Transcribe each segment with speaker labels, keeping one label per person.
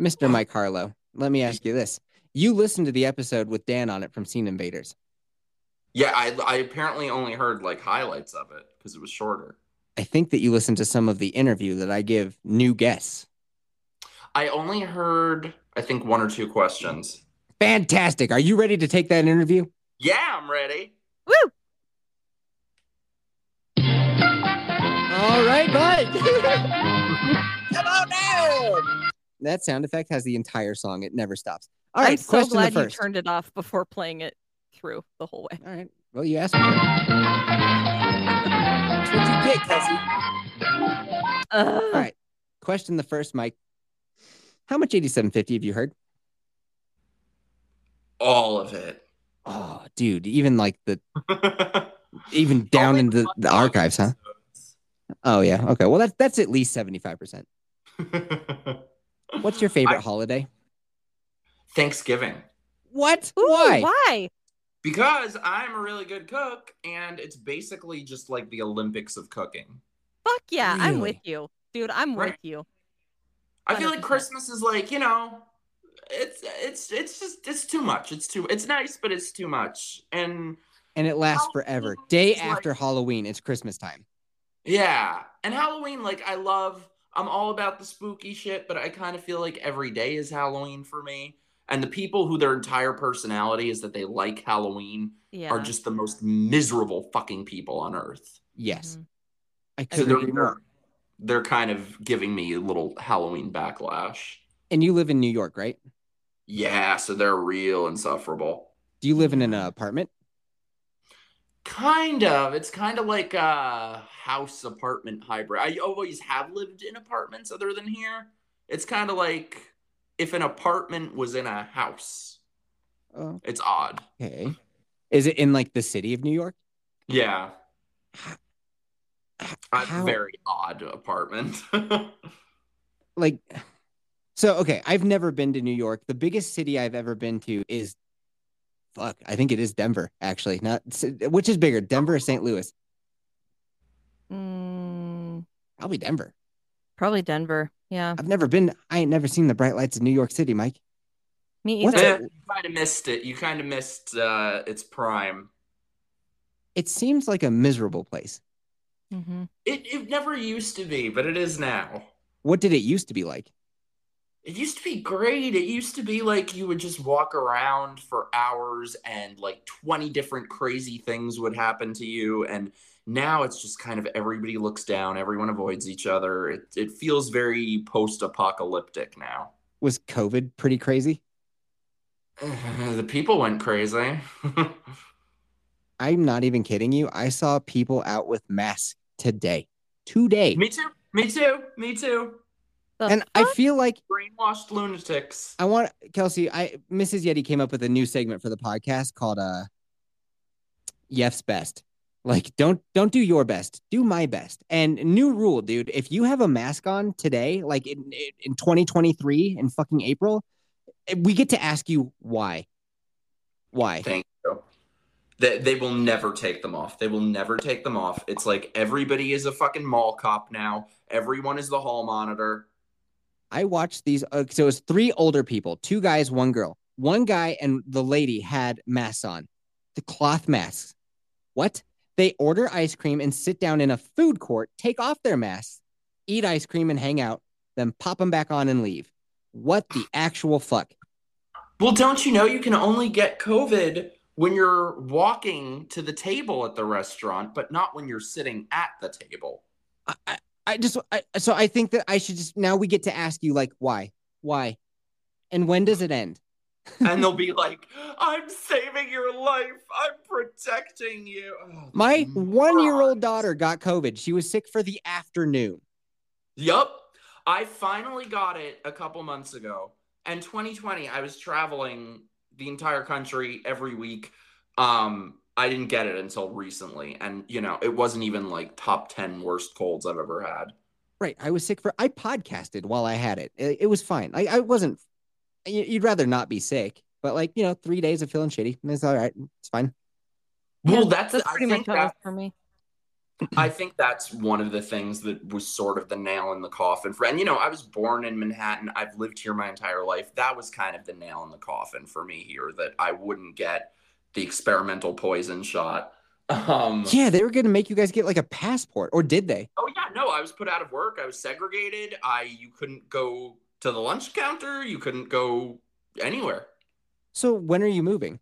Speaker 1: Mr. Mike Harlow, let me ask you this. You listened to the episode with Dan on it from Scene Invaders.
Speaker 2: Yeah, I, I apparently only heard like highlights of it because it was shorter.
Speaker 1: I think that you listened to some of the interview that I give new guests.
Speaker 2: I only heard, I think, one or two questions.
Speaker 1: Fantastic. Are you ready to take that interview?
Speaker 2: Yeah, I'm ready.
Speaker 3: Woo!
Speaker 1: All right, bud.
Speaker 2: Come on down.
Speaker 1: that sound effect has the entire song. It never stops. All right,
Speaker 4: I'm so
Speaker 1: question the
Speaker 4: glad you
Speaker 1: first.
Speaker 4: turned it off before playing it through the whole way.
Speaker 1: All right. Well, you asked me. That's what you get, Kelsey.
Speaker 4: Ugh.
Speaker 1: All right. Question the first, Mike. How much 8750 have you heard?
Speaker 2: All of it.
Speaker 1: Oh, dude, even like the even down
Speaker 2: Only
Speaker 1: into
Speaker 2: one
Speaker 1: the archives, huh? Oh yeah. Okay. Well, that's that's at least 75%.
Speaker 2: episode.
Speaker 1: What's your favorite
Speaker 2: I-
Speaker 1: holiday?
Speaker 2: Thanksgiving.
Speaker 1: What?
Speaker 4: Ooh,
Speaker 1: Why?
Speaker 4: Why?
Speaker 2: Because I'm a really good cook, and it's basically just like the Olympics of cooking.
Speaker 4: Fuck yeah, I'm with
Speaker 1: Really?
Speaker 4: you, dude. I'm
Speaker 2: Right.
Speaker 4: with you.
Speaker 2: I feel like
Speaker 4: 100%.
Speaker 2: Christmas is like you know, it's it's it's just it's too much. It's too it's nice, but it's too much. And
Speaker 1: And it lasts
Speaker 2: Halloween
Speaker 1: forever. Day
Speaker 2: is like-
Speaker 1: after Halloween, it's Christmas time.
Speaker 2: yeah, and Halloween like I love. I'm all about the spooky shit, but I kind of feel like every day is Halloween for me. And the people who their entire personality is that they like Halloween
Speaker 4: Yeah.
Speaker 2: are just the most miserable fucking people on earth.
Speaker 1: Yes.
Speaker 4: Mhm.
Speaker 1: I
Speaker 4: So
Speaker 2: So
Speaker 1: couldn't
Speaker 2: they're,
Speaker 1: agree
Speaker 2: they're
Speaker 1: more.
Speaker 2: they're kind of giving me a little Halloween backlash.
Speaker 1: And you live in New York, right?
Speaker 2: Yeah, so they're real insufferable.
Speaker 1: Do you live in an uh, apartment?
Speaker 2: Kind of. It's kind of like a house apartment hybrid. I always have lived in apartments other than here. It's kind of like if an apartment was in a house. It's odd.
Speaker 1: Okay. Is it in like the city of New York?
Speaker 2: Yeah. A
Speaker 1: How-
Speaker 2: very odd apartment.
Speaker 1: like so okay i've never been to new york the biggest city i've ever been to is fuck i think it is denver actually not which is bigger denver or st louis
Speaker 4: Mm,
Speaker 1: probably denver
Speaker 4: probably Denver. Yeah.
Speaker 1: i've never been i ain't never seen the bright lights of new york city mike
Speaker 4: Me
Speaker 1: What's
Speaker 4: either.
Speaker 2: Yeah, you kind of missed it. You kind of missed uh, its prime.
Speaker 1: it seems like a miserable place
Speaker 4: Mhm.
Speaker 2: It, it never used to be, but it is now.
Speaker 1: what did it used to be like
Speaker 2: It used to be great. It used to be like you would just walk around for hours and like 20 different crazy things would happen to you. And now it's just kind of everybody looks down, everyone avoids each other. It, it feels very post apocalyptic now.
Speaker 1: was covid pretty crazy
Speaker 2: the people went crazy.
Speaker 1: i'm not even kidding you i saw people out with masks today today
Speaker 2: me too. Me too. Me too.
Speaker 4: The
Speaker 1: and i
Speaker 4: fuck?
Speaker 1: feel like
Speaker 2: Brainwashed lunatics.
Speaker 1: I want Kelsey. I Mrs. Yeti came up with a new segment for the podcast called uh Yef's Best. Like, don't don't do your best, do my best. And new rule, dude. If you have a mask on today, like in in in 2023 in fucking April, eh, we get to ask you why. Why?
Speaker 2: Thank you. They, they will never take them off. They will never take them off. It's like everybody is a fucking mall cop now. Everyone is the hall monitor.
Speaker 1: I watched these. Uh, so it was three older people, two guys, one girl. One guy and the lady had masks on, the cloth masks. What? They order ice cream and sit down in a food court, take off their masks, eat ice cream and hang out, then pop them back on and leave. What the actual fuck?
Speaker 2: Well, don't you know you can only get COVID when you're walking to the table at the restaurant, but not when you're sitting at the table.
Speaker 1: I, I, I just, I, so I think that I should just, now we get to ask you, like, why? Why? And when does it end?
Speaker 2: And they'll be like, I'm saving your life. I'm protecting you. Oh,
Speaker 1: My
Speaker 2: these
Speaker 1: one year old
Speaker 2: morons.
Speaker 1: daughter got COVID. She was sick for the afternoon.
Speaker 2: Yup. I finally got it a couple months ago. And 2020, I was traveling the entire country every week. Um, I didn't get it until recently, and you know, it wasn't even like top ten worst colds I've ever had.
Speaker 1: Right. I was sick for. I podcasted while I had it. It, it was fine. I, I wasn't. you- You'd rather not be sick, but like you know, three days of feeling shitty. It's all right. It's fine.
Speaker 2: Well, that's,
Speaker 4: that's
Speaker 2: I
Speaker 4: pretty
Speaker 2: think
Speaker 4: much how it
Speaker 2: that,
Speaker 4: was for me.
Speaker 2: I think that's one of the things that was sort of the nail in the coffin for. And you know, I was born in Manhattan. I've lived here my entire life. That was kind of the nail in the coffin for me here that I wouldn't get the experimental poison shot. Um,
Speaker 1: Yeah, they were going to make you guys get like a passport, or did they?
Speaker 2: Oh yeah, no, I was put out of work. I was segregated. I you couldn't go to the lunch counter. You couldn't go anywhere.
Speaker 1: So when are you moving?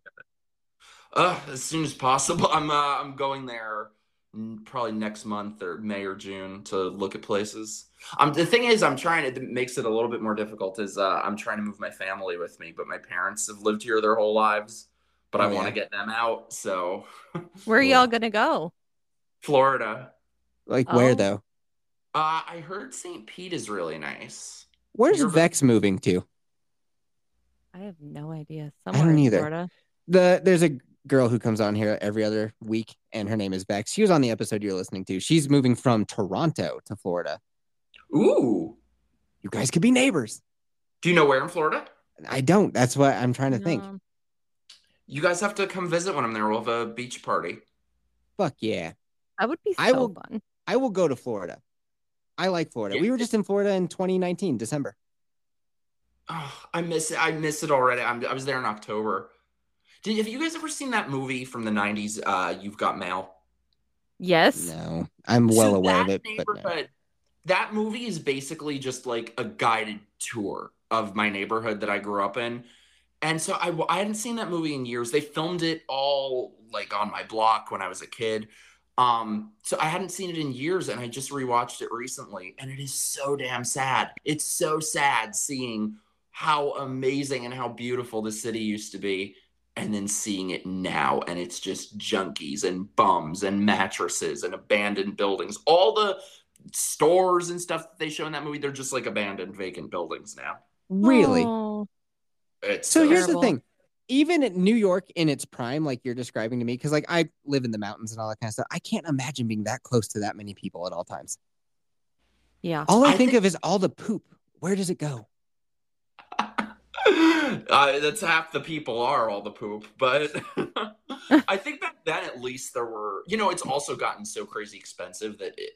Speaker 2: Uh, as soon as possible. I'm uh, I'm going there mm, probably next month or May or June to look at places. Um, the thing is, I'm trying. It makes it a little bit more difficult. Is uh, I'm trying to move my family with me, but my parents have lived here their whole lives. But I
Speaker 1: Oh,
Speaker 2: want
Speaker 1: yeah.
Speaker 2: to get them out. So
Speaker 4: Where are
Speaker 1: Cool.
Speaker 4: y'all gonna go?
Speaker 2: Florida.
Speaker 1: Like where
Speaker 4: Oh.
Speaker 1: though?
Speaker 2: Uh, I heard St. Pete is really nice.
Speaker 1: Where's
Speaker 2: You're-
Speaker 1: Vex moving to?
Speaker 4: I have no idea.
Speaker 1: don't
Speaker 4: Somewhere in
Speaker 1: either.
Speaker 4: Florida.
Speaker 1: The there's a girl who comes on here every other week, and her name is Vex. She was on the episode you're listening to. She's moving from Toronto to Florida.
Speaker 2: Ooh.
Speaker 1: You guys could be neighbors.
Speaker 2: Do you know where in Florida?
Speaker 1: I don't. That's what I'm trying to think.
Speaker 4: Um,
Speaker 2: You guys have to come visit when I'm there. We'll have a beach party.
Speaker 1: Fuck yeah.
Speaker 4: That would be so
Speaker 1: I will-
Speaker 4: fun.
Speaker 1: I will go to Florida. I like Florida.
Speaker 2: Yeah.
Speaker 1: We were just in Florida in 2019, December.
Speaker 2: Oh, I miss it. I miss it already. I'm, I was there in October. Did have you guys ever seen that movie from the '90s? Uh, You've Got Mail.
Speaker 4: Yes.
Speaker 1: No, I'm well
Speaker 2: So
Speaker 1: aware of
Speaker 2: that
Speaker 1: it, but no.
Speaker 2: neighborhood- That movie is basically just like a guided tour of my neighborhood that I grew up in. And so I, I hadn't seen that movie in years. They filmed it all like on my block when I was a kid. Um, so I hadn't seen it in years and I just rewatched it recently and it is so damn sad. It's so sad seeing how amazing and how beautiful the city used to be and then seeing it now and it's just junkies and bums and mattresses and abandoned buildings all the stores and stuff that they show in that movie they're just like abandoned vacant buildings now
Speaker 1: really.
Speaker 4: Oh,
Speaker 2: it's
Speaker 1: So here's the
Speaker 4: Terrible.
Speaker 1: thing. Even at New York in its prime, like you're describing to me, because like I live in the mountains and all that kind of stuff, I can't imagine being that close to that many people at all times.
Speaker 4: yeah.
Speaker 1: All I,
Speaker 2: I
Speaker 1: think,
Speaker 2: think-
Speaker 1: of is all the poop. Where does it go?
Speaker 2: uh, that's half the people are all the poop but i think back then at least there were you know it's also gotten so crazy expensive that it,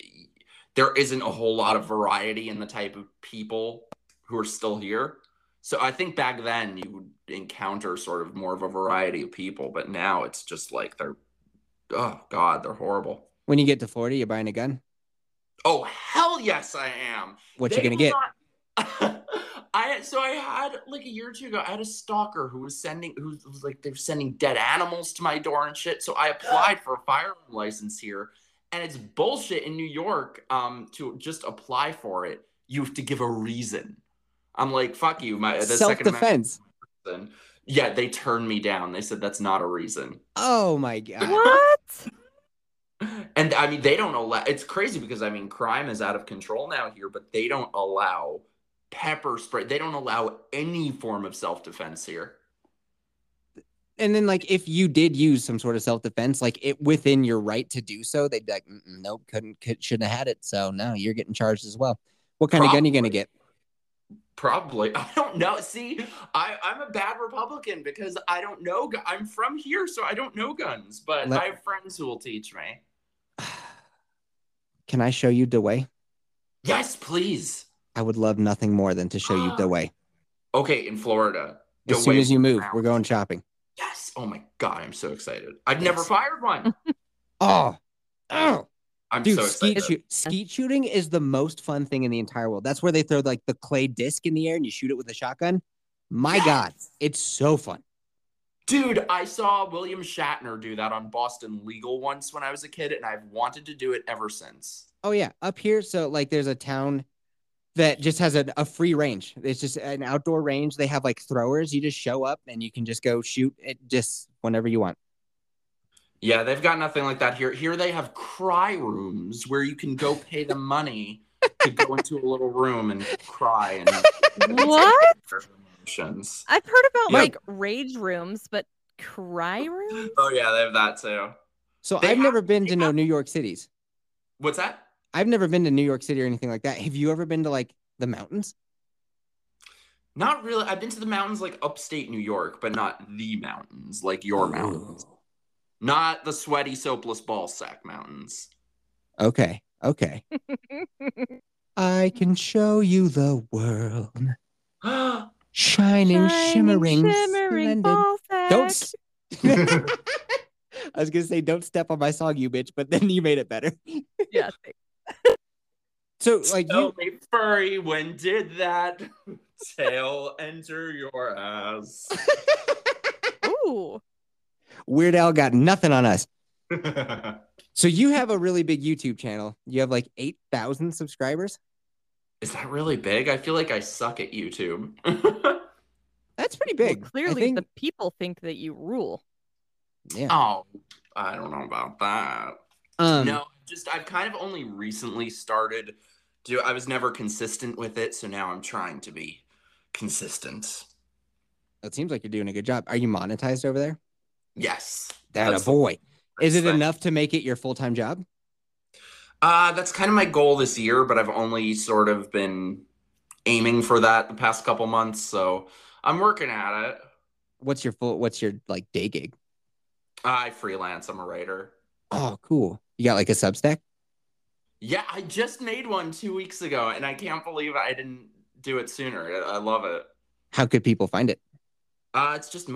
Speaker 2: there isn't a whole lot of variety in the type of people who are still here so i think back then you would encounter sort of more of a variety of people but now it's just like they're oh god they're horrible
Speaker 1: When you get to Florida, you're buying a gun.
Speaker 2: oh hell yes i am
Speaker 1: What you
Speaker 2: They
Speaker 1: gonna
Speaker 2: will
Speaker 1: get?
Speaker 2: not- I so I had like a year or two ago, I had a stalker who was sending who was like they were sending dead animals to my door and shit. So I applied for a firearm license here, and it's bullshit in New York. Um, to just apply for it, you have to give a reason. I'm like, fuck you, my the
Speaker 1: Self
Speaker 2: second Amendment
Speaker 1: defense.
Speaker 2: reason. Yeah, they turned me down. They said that's not a reason.
Speaker 1: Oh my god.
Speaker 4: What?
Speaker 2: And I mean, they don't allow. It's crazy because I mean, crime is out of control now here, but they don't allow pepper spray. They don't allow any form of self defense here.
Speaker 1: and then like if you did use some sort of self defense, like it within your right to do so, they'd be like, "Mm-mm, nope, couldn't, could, shouldn't have had it. So no, you're getting charged as well. What kind of gun you gonna
Speaker 2: Probably.
Speaker 1: get?
Speaker 2: Probably, I don't know. See, I, I'm a bad Republican because I don't know. gu- I'm from here, so I don't know guns. But
Speaker 1: Let-
Speaker 2: I have friends who will teach me.
Speaker 1: Can I show you the way?
Speaker 2: Yes, please.
Speaker 1: I would love nothing more than to show you the way.
Speaker 2: Okay, in Florida.
Speaker 1: As
Speaker 2: Go
Speaker 1: soon
Speaker 2: way
Speaker 1: as you move,
Speaker 2: around.
Speaker 1: we're going shopping.
Speaker 2: Yes. Oh my god, I'm so excited. I've never
Speaker 1: Yes.
Speaker 2: fired one.
Speaker 1: Oh, oh,
Speaker 2: I'm
Speaker 1: dude,
Speaker 2: so
Speaker 1: skeet,
Speaker 2: excited.
Speaker 1: shoot, skeet shooting is the most fun thing in the entire world. That's where they throw like the clay disc in the air and you shoot it with a shotgun. My God, it's so fun.
Speaker 2: Dude, I saw William Shatner do that on Boston Legal once when I was a kid, and I've wanted to do it ever since.
Speaker 1: Oh yeah, up here. So like, there's a town that just has a, a free range. It's just an outdoor range. They have like throwers. You just show up and you can just go shoot it just whenever you want.
Speaker 2: Yeah, they've got nothing like that here. Here they have cry rooms where you can go pay them money to go into a little room and cry and
Speaker 4: What?
Speaker 2: their emotions.
Speaker 4: I've heard about
Speaker 1: Yeah.
Speaker 4: like rage rooms, but cry rooms?
Speaker 2: Oh yeah, they have that too.
Speaker 1: So
Speaker 2: They
Speaker 1: I've
Speaker 2: have-
Speaker 1: never been to
Speaker 2: they
Speaker 1: no New York cities.
Speaker 2: What's that?
Speaker 1: I've never been to New York City or anything like that. Have you ever been to like the mountains?
Speaker 2: Not really. I've been to the mountains like upstate New York, but not the mountains, like your mountains. Not the sweaty, soapless ball sack mountains.
Speaker 1: Okay. Okay. I can show you the world.
Speaker 2: Don't
Speaker 1: Shining,
Speaker 4: Shining,
Speaker 1: shimmering,
Speaker 4: shimmering
Speaker 1: splendid.
Speaker 4: ball
Speaker 1: Don't.
Speaker 4: sack.
Speaker 1: s- I was gonna say, don't step on my song, you bitch, but then you made it better.
Speaker 4: Yeah,
Speaker 1: So, like, you,
Speaker 2: me furry when did that tail enter your ass?
Speaker 4: Ooh.
Speaker 1: Weird Al got nothing on us. So you have a really big YouTube channel. You have like eight thousand subscribers.
Speaker 2: Is that really big? I feel like I suck at YouTube.
Speaker 1: That's pretty
Speaker 4: Well,
Speaker 1: big. I
Speaker 4: clearly,
Speaker 1: think-
Speaker 4: the people think that you rule.
Speaker 1: yeah.
Speaker 2: oh, I don't know about that.
Speaker 1: Um,
Speaker 2: no, just I've kind of only recently started do I was never consistent with it, so now I'm trying to be consistent.
Speaker 1: It seems like you're doing a good job. Are you monetized over there?
Speaker 2: Yes.
Speaker 1: That a
Speaker 2: That's the
Speaker 1: boy. Is it
Speaker 2: That's-
Speaker 1: enough to make it your full time job?
Speaker 2: Uh, that's kind of my goal this year, but I've only sort of been aiming for that the past couple months, so I'm working at it.
Speaker 1: What's your full? What's your like day gig?
Speaker 2: I freelance, I'm a writer.
Speaker 1: Oh, cool. You got like a Substack.
Speaker 2: Yeah, I just made one two weeks ago, and I can't believe I didn't do it sooner. I, I love it.
Speaker 1: How could people find it?
Speaker 2: Uh, it's just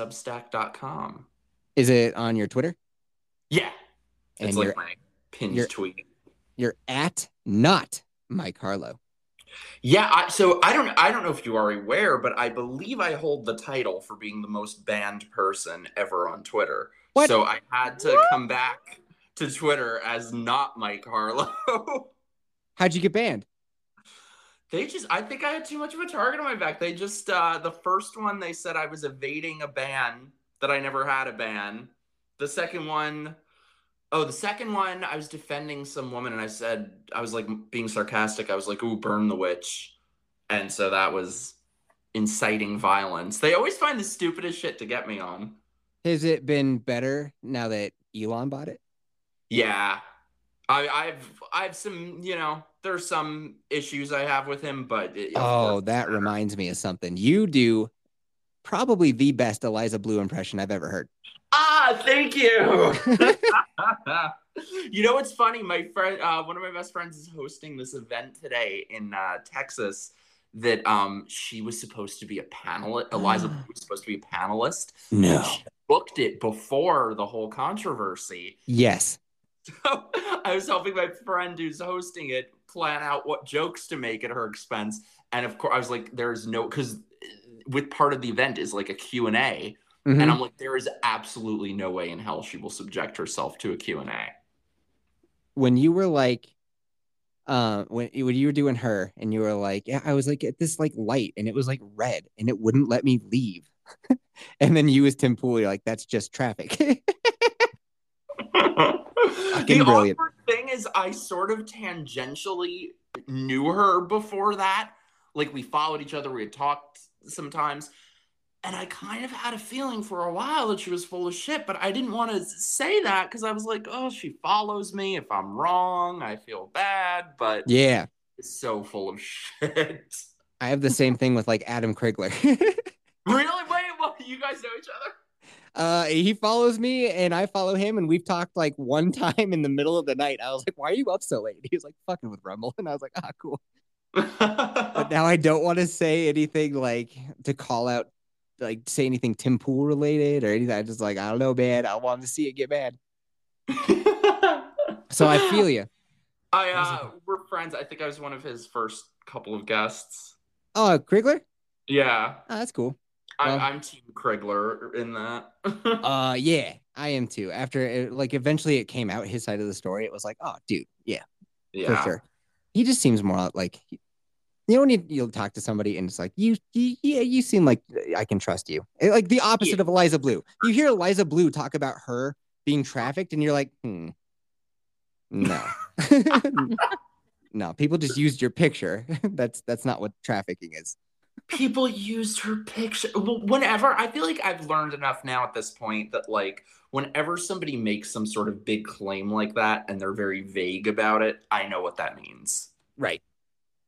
Speaker 2: mikeharlow.substack.com.
Speaker 1: Is it on your Twitter?
Speaker 2: Yeah,
Speaker 1: And
Speaker 2: it's
Speaker 1: you're-
Speaker 2: like my pinned
Speaker 1: you're-
Speaker 2: tweet.
Speaker 1: You're at not Mike Harlow.
Speaker 2: Yeah, I, so I don't I don't know if you are aware, but I believe I hold the title for being the most banned person ever on Twitter.
Speaker 1: What?
Speaker 2: So I had to come back to Twitter as not Mike Harlow.
Speaker 1: How'd you get banned?
Speaker 2: they just I think I had too much of a target on my back. They just uh the first one they said I was evading a ban that I never had a ban. The second one oh, the second one I was defending some woman and I said I was like being sarcastic. I was like, "Ooh, burn the witch." And so that was inciting violence. They always find the stupidest shit to get me on.
Speaker 1: Has it been better now that Elon bought it?
Speaker 2: Yeah. I I've I've some, you know, there's some issues I have with him, but it, of
Speaker 1: Oh,
Speaker 2: course,
Speaker 1: that reminds me of something. You do probably the best Eliza Blue impression I've ever heard.
Speaker 2: Ah, thank you. you know what's funny? My friend, uh, one of my best friends, is hosting this event today in uh, Texas. That um, she was supposed to be a panelist. Eliza Blue was supposed to be a panelist. and she booked it before the whole controversy.
Speaker 1: Yes.
Speaker 2: So I was helping my friend who's hosting it plan out what jokes to make at her expense. And of course, I was like, "There's no because with part of the event is like a Q and A." and
Speaker 1: Mhm.
Speaker 2: i'm like there is absolutely no way in hell she will subject herself to a q&a
Speaker 1: When you were like, uh, when when you were doing her, and you were like, yeah, I was like at this like light, and it was like red, and it wouldn't let me leave. and then you as Tim Pool, you're like, that's just traffic.
Speaker 2: the
Speaker 1: brilliant.
Speaker 2: awkward thing is i sort of tangentially knew her before that like we followed each other we had talked sometimes and i kind of had a feeling for a while that she was full of shit but i didn't want to say that because i was like oh she follows me if i'm wrong i feel bad but
Speaker 1: yeah,
Speaker 2: it's so full of shit
Speaker 1: I have the same thing with like Adam Krigler.
Speaker 2: really wait what you guys know each other
Speaker 1: uh, he follows me, and I follow him, and we've talked like one time in the middle of the night. I was like, why are you up so late? He was like, fucking with Rumble, and I was like, ah, cool. but now I don't want to say anything like to call out, like say anything Tim Pool related or anything. I just like I don't know, man. I want to see it get mad. So I feel you.
Speaker 2: I
Speaker 1: How's
Speaker 2: uh, we're friends. I think I was one of his first couple of guests.
Speaker 1: Oh, Krigler.
Speaker 2: Yeah,
Speaker 1: Oh, that's cool.
Speaker 2: I'm,
Speaker 1: Well-
Speaker 2: I'm Team Krigler in that.
Speaker 1: Uh, yeah, I am too. After it, like eventually it came out his side of the story. It was like, oh, dude, yeah,
Speaker 2: yeah,
Speaker 1: for sure. He just seems more like you know when you, you'll talk to somebody and it's like you, you yeah you seem like I can trust you. It- like the opposite of Eliza Blue. You hear Eliza Blue talk about her being trafficked and you're like, hmm, no. No, people just used your picture. that's that's not what trafficking is.
Speaker 2: people used her picture well, whenever i feel like i've learned enough now at this point that like whenever somebody makes some sort of big claim like that and they're very vague about it i know what that means
Speaker 1: Right.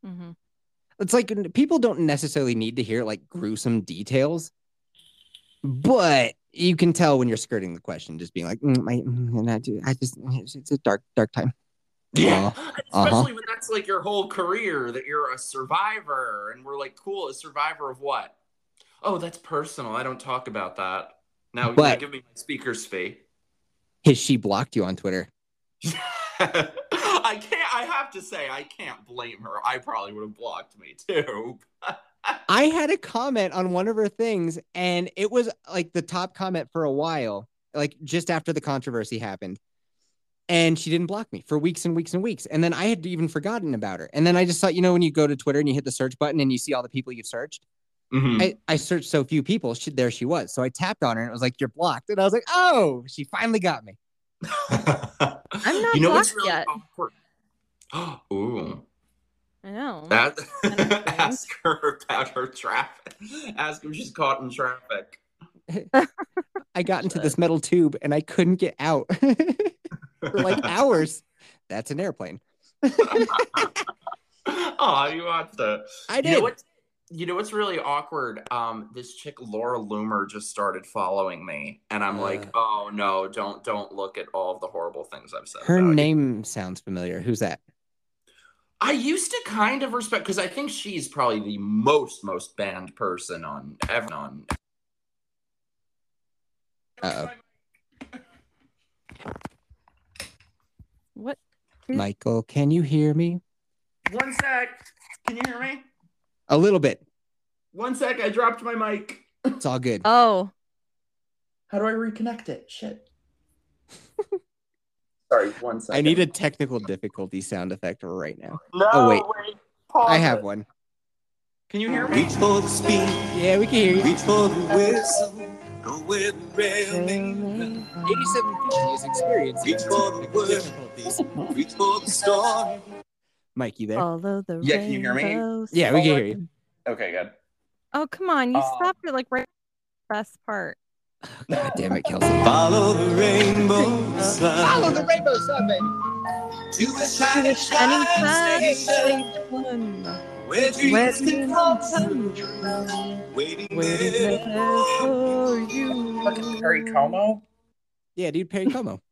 Speaker 4: Mhm.
Speaker 1: It's like n- people don't necessarily need to hear like gruesome details, but you can tell when you're skirting the question, just being like, mm, my, mm, and I, do, I just, it's it's a dark, dark time.
Speaker 2: yeah
Speaker 1: Uh-huh.
Speaker 2: especially when that's like your whole career that you're a survivor and we're like cool a survivor of what oh that's personal i don't talk about that now now
Speaker 1: But-
Speaker 2: give me my speaker's fee
Speaker 1: His she blocked you on Twitter.
Speaker 2: i can't i have to say i can't blame her i probably would have blocked me too
Speaker 1: I had a comment on one of her things, and it was like the top comment for a while, like just after the controversy happened. And she didn't block me for weeks and weeks and weeks. And then I had even forgotten about her. And then I just thought, you know, when you go to Twitter and you hit the search button and you see all the people you've searched,
Speaker 2: Mhm.
Speaker 1: I, I searched so few people. She, there she was. So I tapped on her and it was like, you're blocked. And I was like, oh, she finally got me.
Speaker 2: I'm
Speaker 4: not
Speaker 2: you know what's
Speaker 4: blocked
Speaker 2: really
Speaker 4: yet.
Speaker 2: awkward? Ooh,
Speaker 4: I know.
Speaker 2: that
Speaker 4: Kind of strange.
Speaker 2: ask her about her traffic. Ask if she's caught in traffic.
Speaker 1: I got into this metal tube and I couldn't get out for like hours. That's an airplane.
Speaker 2: oh, you want to?
Speaker 1: I
Speaker 2: You
Speaker 1: did.
Speaker 2: know, what, you know what's really awkward? Um, this chick Laura Loomer just started following me, and I'm like,
Speaker 1: Uh.
Speaker 2: oh no, don't don't look at all of the horrible things I've said.
Speaker 1: Her
Speaker 2: about you.
Speaker 1: name sounds familiar. Who's that?
Speaker 2: I used to kind of respect because I think she's probably the most most banned person on ever on.
Speaker 1: Uh-oh.
Speaker 4: What?
Speaker 2: Hmm?
Speaker 1: Michael, can you hear me?
Speaker 2: One sec. Can you hear me?
Speaker 1: A little bit.
Speaker 2: One sec. I dropped my mic.
Speaker 1: It's all good.
Speaker 4: Oh,
Speaker 2: How do I reconnect it? Shit. Sorry. One sec.
Speaker 1: I need a technical difficulty sound effect right now.
Speaker 2: No.
Speaker 1: oh, wait.
Speaker 2: pause
Speaker 1: I have
Speaker 2: it.
Speaker 1: one.
Speaker 2: Can you hear me?
Speaker 5: Reach for the speed,
Speaker 1: Yeah, we can hear you.
Speaker 5: reach for the whistle, go where the rail may run.
Speaker 1: 8750 is experiencing
Speaker 5: Reach for the
Speaker 1: technical
Speaker 5: word,
Speaker 1: difficulties.
Speaker 5: reach for the storm.
Speaker 1: Mike, you there?
Speaker 2: Oh.
Speaker 4: follow the
Speaker 2: Yeah, can you hear me?
Speaker 4: rainbows.
Speaker 1: yeah, we can hear you.
Speaker 2: Okay, good.
Speaker 4: Oh, come on. You
Speaker 2: Uh,
Speaker 4: stopped it like right at the best part.
Speaker 1: God damn it, Kelsey.
Speaker 5: Follow the rainbow
Speaker 1: Follow
Speaker 5: sun
Speaker 1: the rainbow sun, baby.
Speaker 5: to the shining,
Speaker 4: Any
Speaker 5: shining station
Speaker 4: one. Where
Speaker 5: where dreams can
Speaker 4: dreams
Speaker 5: come
Speaker 4: come
Speaker 5: true. Waiting
Speaker 4: Waiting
Speaker 5: there
Speaker 4: there for you.
Speaker 2: Fucking Perry Como.
Speaker 1: Yeah, dude, Perry Como.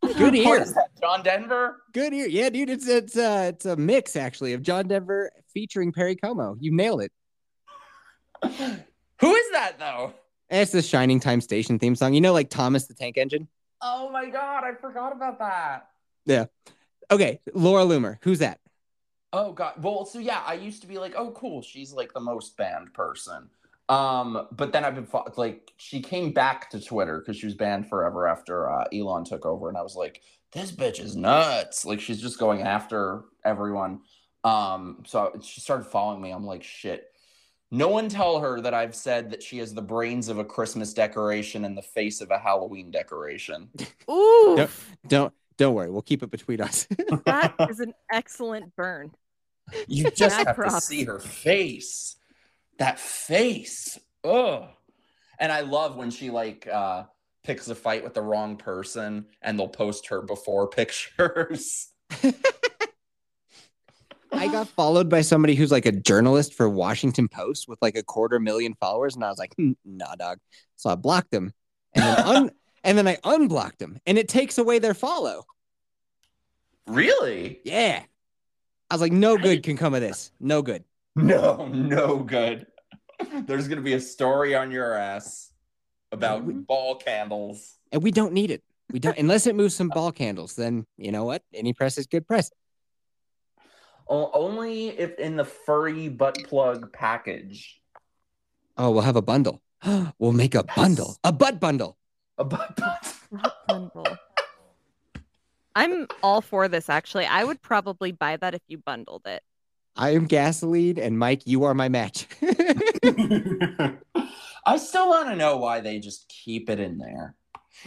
Speaker 1: Good ear.
Speaker 2: What is that, John Denver.
Speaker 1: Good ear. Yeah, dude, it's it's uh, it's a mix actually of John Denver featuring Perry Como. You nailed it.
Speaker 2: Who is that though?
Speaker 1: And it's the Shining Time Station theme song. You know, like Thomas the Tank Engine.
Speaker 2: Oh my god, I forgot about that.
Speaker 1: Okay, Laura Loomer. Who's that?
Speaker 2: Oh god. Well, so yeah, I used to be like, oh cool, she's like the most banned person. Um, but then I've been fo- like, she came back to Twitter because she was banned forever after uh, Elon took over, and I was like, this bitch is nuts. Like she's just going after everyone. Um, so I- she started following me. I'm like, shit. No one tell her that I've said that she has the brains of a Christmas decoration and the face of a Halloween decoration.
Speaker 4: Ooh,
Speaker 1: Yep. Don't don't worry. We'll keep it between us.
Speaker 4: that is an excellent burn.
Speaker 2: You just
Speaker 4: Mad
Speaker 2: have to
Speaker 4: props.
Speaker 2: see her face. That face. Ugh. And I love when she like uh picks a fight with the wrong person and they'll post her before pictures.
Speaker 1: I got followed by somebody who's like a journalist for Washington Post with like a quarter million followers, and I was like, "Hmm, nah, dog. So I blocked them, and then un- and then I unblocked them, and it takes away their follow.
Speaker 2: Really?
Speaker 1: Yeah, I was like, no good can come of this. No good.
Speaker 2: No, no good. There's gonna be a story on your ass about
Speaker 1: We-
Speaker 2: ball candles.
Speaker 1: and we don't need it. We don't unless it moves some ball candles. Then you know what? Any press is good press.
Speaker 2: O- only if in the furry butt plug package.
Speaker 1: Oh, we'll have a bundle. we'll make a bundle, a butt bundle.
Speaker 2: A butt
Speaker 4: Bundle. I'm all for this actually. I would probably buy that if you bundled it.
Speaker 1: I am gasoline, and Mike, you are my match.
Speaker 2: I still want to know why they just keep it in there.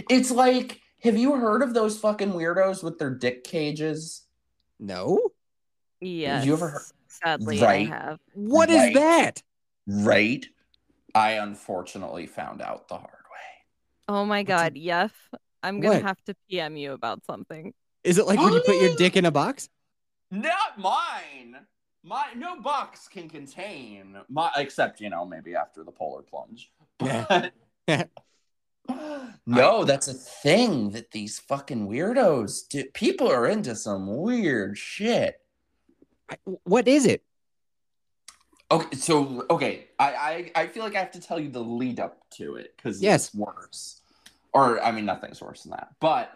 Speaker 2: It's like, have you heard of those fucking weirdos with their dick cages?
Speaker 1: no,
Speaker 4: Yes.
Speaker 2: You ever heard-
Speaker 4: Sadly,
Speaker 2: Right.
Speaker 4: I have.
Speaker 1: What is
Speaker 2: Right.
Speaker 1: that?
Speaker 2: Right? I unfortunately found out the hard way.
Speaker 4: Oh my god, Yef. I'm gonna
Speaker 1: What?
Speaker 4: have to PM you about something.
Speaker 1: Is it like when you put
Speaker 2: Oh,
Speaker 1: your dick in a box?
Speaker 2: Not mine. My no box can contain my except, you know, maybe after the polar plunge.
Speaker 1: Yeah.
Speaker 2: no, that's a thing that these fucking weirdos do. People are into some weird shit.
Speaker 1: I- What is it?
Speaker 2: Okay, so okay, I I, I feel like I have to tell you the lead up to it because
Speaker 1: Yes.
Speaker 2: it's worse. Or I mean, nothing's worse than that. But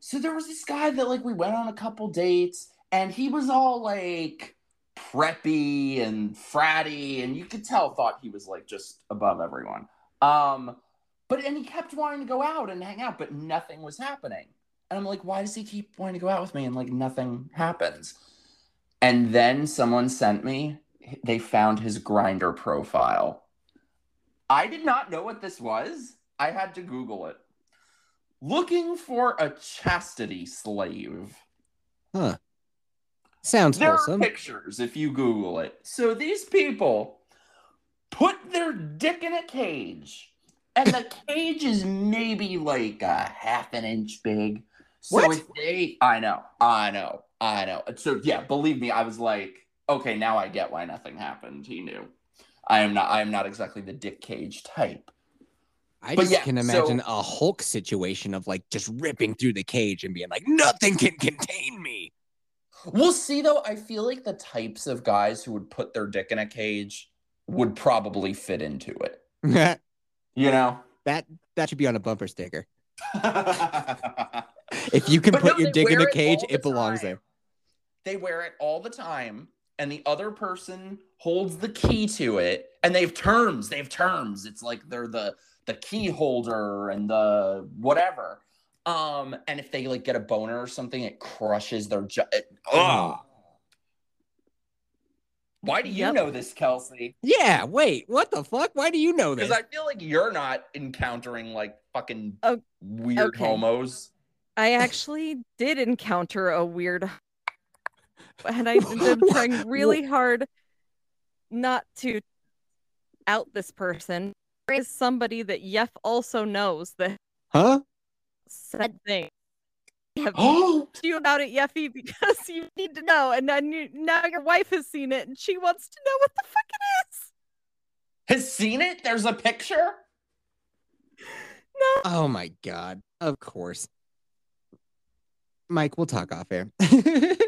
Speaker 2: so there was this guy that like we went on a couple dates, and he was all like preppy and fratty, and you could tell thought he was like just above everyone. Um, but and he kept wanting to go out and hang out, but nothing was happening. And I'm like, why does he keep wanting to go out with me? And like nothing happens. And then someone sent me, they found his grinder profile. I did not know what this was. I had to Google it. Looking for a chastity slave.
Speaker 1: Sounds
Speaker 2: There are
Speaker 1: wholesome.
Speaker 2: pictures if you Google it. So these people put their dick in a cage, and the cage is maybe like a half an inch big. So
Speaker 1: What?
Speaker 2: if they, I know, I know, I know. So yeah, believe me, I was like, okay, now I get why nothing happened. He knew. I am not. I am not exactly the dick cage type.
Speaker 1: I
Speaker 2: but
Speaker 1: just
Speaker 2: yeah,
Speaker 1: can
Speaker 2: so-
Speaker 1: imagine a Hulk situation of like just ripping through the cage and being like, nothing can contain me.
Speaker 2: We'll see though. I feel like the types of guys who would put their dick in a cage would probably fit into it.
Speaker 1: that
Speaker 2: You know.
Speaker 1: that should be on a bumper sticker.
Speaker 2: can
Speaker 1: If you can put your dick in a cage, it belongs there.
Speaker 2: They wear it all the time, and the other person holds the key to it, and they have terms. They have terms. It's like they're the the key holder and the whatever. Um, and if they like get a boner or something, it crushes their jaw. Oh. Why do you
Speaker 4: Yep.
Speaker 2: know this, Kelsey?
Speaker 1: Yeah, wait, what the fuck? Why do you know
Speaker 2: Because
Speaker 1: this?
Speaker 2: I feel like you're not encountering like fucking
Speaker 4: Oh,
Speaker 2: weird
Speaker 4: okay.
Speaker 2: homos.
Speaker 4: I actually did encounter a weird and I've been trying really hard not to out this person. There is somebody that Yef also knows that
Speaker 1: huh?
Speaker 4: said thing. Have
Speaker 2: Oh,
Speaker 4: to you about it, Yeffy, because you need to know. And then you, now your wife has seen it and she wants to know what the fuck it is.
Speaker 2: has seen it? There's a picture.
Speaker 4: No.
Speaker 1: Oh my god. Of course. Mike, we'll talk off air.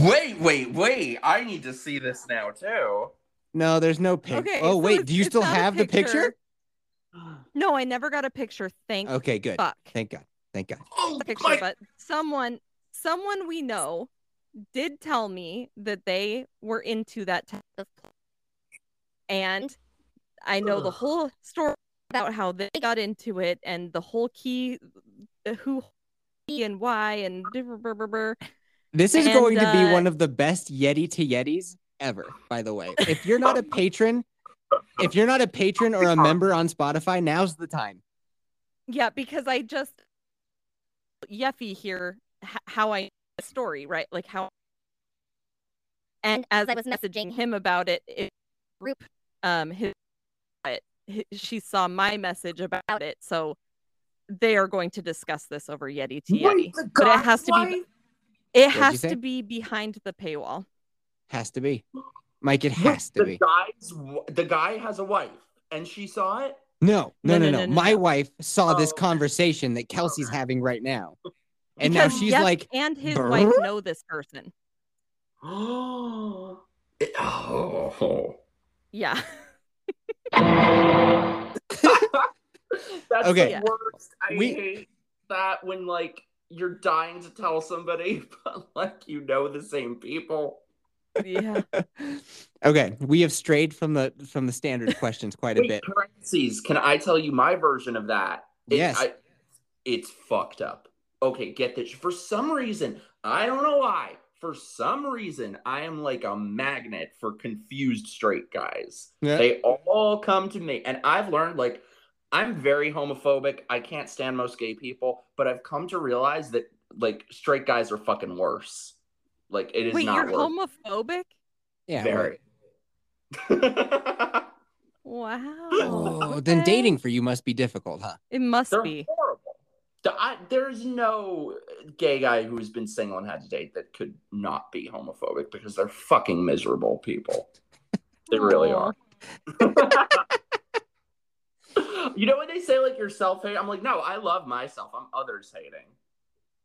Speaker 2: Wait, wait, wait. I need to see this now too.
Speaker 1: no, there's no picture.
Speaker 4: Okay,
Speaker 1: oh
Speaker 4: so
Speaker 1: wait,
Speaker 4: it's-
Speaker 1: do you
Speaker 4: it's
Speaker 1: still
Speaker 4: not a
Speaker 1: have the
Speaker 4: picture. No, I never got a picture. Thank
Speaker 1: picture? Okay, good.
Speaker 4: fuck.
Speaker 1: Thank God. Thank God.
Speaker 2: Oh,
Speaker 4: a picture, but someone someone we know did tell me that they were into that type of play. And I know the
Speaker 2: Ugh.
Speaker 4: whole story about how they got into it and the whole key the who key and why and br- br- br- br-
Speaker 1: This is
Speaker 4: And,
Speaker 1: going to be
Speaker 4: uh,
Speaker 1: one of the best Yeti to Yetis ever, by the way. If you're not a patron, if you're not a patron or a member on Spotify, now's the time.
Speaker 4: Yeah, because I just Yeffy here h- how I the story right like how and as I was messaging him about it, it group um his it- hi- she saw my message about it so they are going to discuss this over yeti to yeti but it has to be it
Speaker 1: What'd you
Speaker 4: has
Speaker 1: say?
Speaker 4: to be behind the paywall
Speaker 1: Has to be. Mike, it has to
Speaker 2: the
Speaker 1: be.
Speaker 2: guy's w- the guy has a wife, and she saw it.
Speaker 1: No, no,
Speaker 4: No,
Speaker 1: no,
Speaker 4: no,
Speaker 1: no.
Speaker 4: no, no,
Speaker 1: My
Speaker 4: no.
Speaker 1: wife saw this
Speaker 2: Oh.
Speaker 1: conversation that Kelsey's having right now. And now
Speaker 4: because
Speaker 1: she's
Speaker 4: Yef
Speaker 1: like,
Speaker 4: and his
Speaker 1: "Brr?"
Speaker 4: wife know this person
Speaker 2: Oh. oh.
Speaker 4: yeah
Speaker 2: That's
Speaker 1: Okay.
Speaker 2: the worst. I
Speaker 1: We-
Speaker 2: hate that when like you're dying to tell somebody, but like you know the same people.
Speaker 4: yeah
Speaker 1: okay, we have strayed from the from the standard questions quite a
Speaker 2: Wait,
Speaker 1: bit.
Speaker 2: parentheses. Can I tell you my version of that? It-
Speaker 1: Yes.
Speaker 2: I- it's fucked up. Okay, get this. For some reason, I don't know why. For some reason, I am like a magnet for confused straight guys.
Speaker 1: Yeah.
Speaker 2: They all come to me, and I've learned like I'm very homophobic. I can't stand most gay people, but I've come to realize that like straight guys are fucking worse. Like it is
Speaker 4: Wait,
Speaker 2: not
Speaker 4: you're
Speaker 2: worth
Speaker 4: homophobic?
Speaker 1: Yeah.
Speaker 2: very.
Speaker 4: Wow.
Speaker 1: well, oh, then
Speaker 4: okay.
Speaker 1: dating for you must be difficult, huh?
Speaker 4: It must
Speaker 2: They're
Speaker 4: be.
Speaker 2: horrible. The- I- there's no gay guy who's been single and had to date that could not be homophobic because they're fucking miserable people. They really
Speaker 4: Aw.
Speaker 2: are. you know when they say like you're self hating? I'm like, no, I love myself. I'm others hating.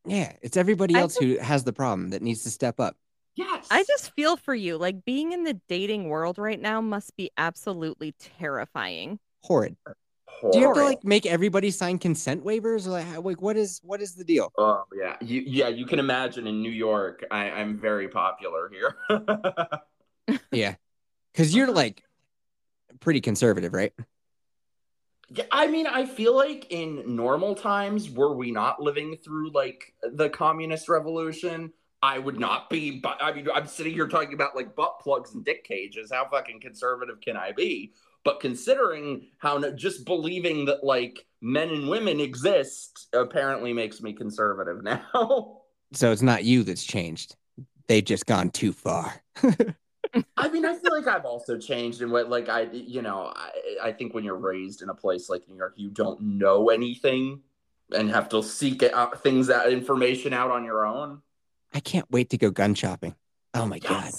Speaker 1: Yeah, it's everybody
Speaker 4: I
Speaker 1: else who has the problem that needs to step up.
Speaker 2: Yes.
Speaker 4: I just feel for you. Like being in the dating world right now must be absolutely terrifying.
Speaker 1: Horrid.
Speaker 2: Horrible.
Speaker 1: Do you have to like make everybody sign consent waivers? Or like, how- like what is what is the deal?
Speaker 2: Oh yeah, you, yeah. You can imagine in New York, I, I'm very popular here.
Speaker 1: Yeah, because you're
Speaker 4: Uh-huh.
Speaker 1: like pretty conservative, right?
Speaker 2: Yeah, I mean, I feel like in normal times, were we not living through like the communist revolution, I would not be. But I mean, I'm sitting here talking about like butt plugs and dick cages. How fucking conservative can I be? But considering how no- just believing that like men and women exist apparently makes me conservative now.
Speaker 1: So it's not you that's changed. They've just gone too far.
Speaker 2: I mean, I feel like I've also changed in what, like, I, you know, I, I think when you're raised in a place like New York, you don't know anything and have to seek out things that information out on your own.
Speaker 1: I can't wait to go gun shopping. Oh my god,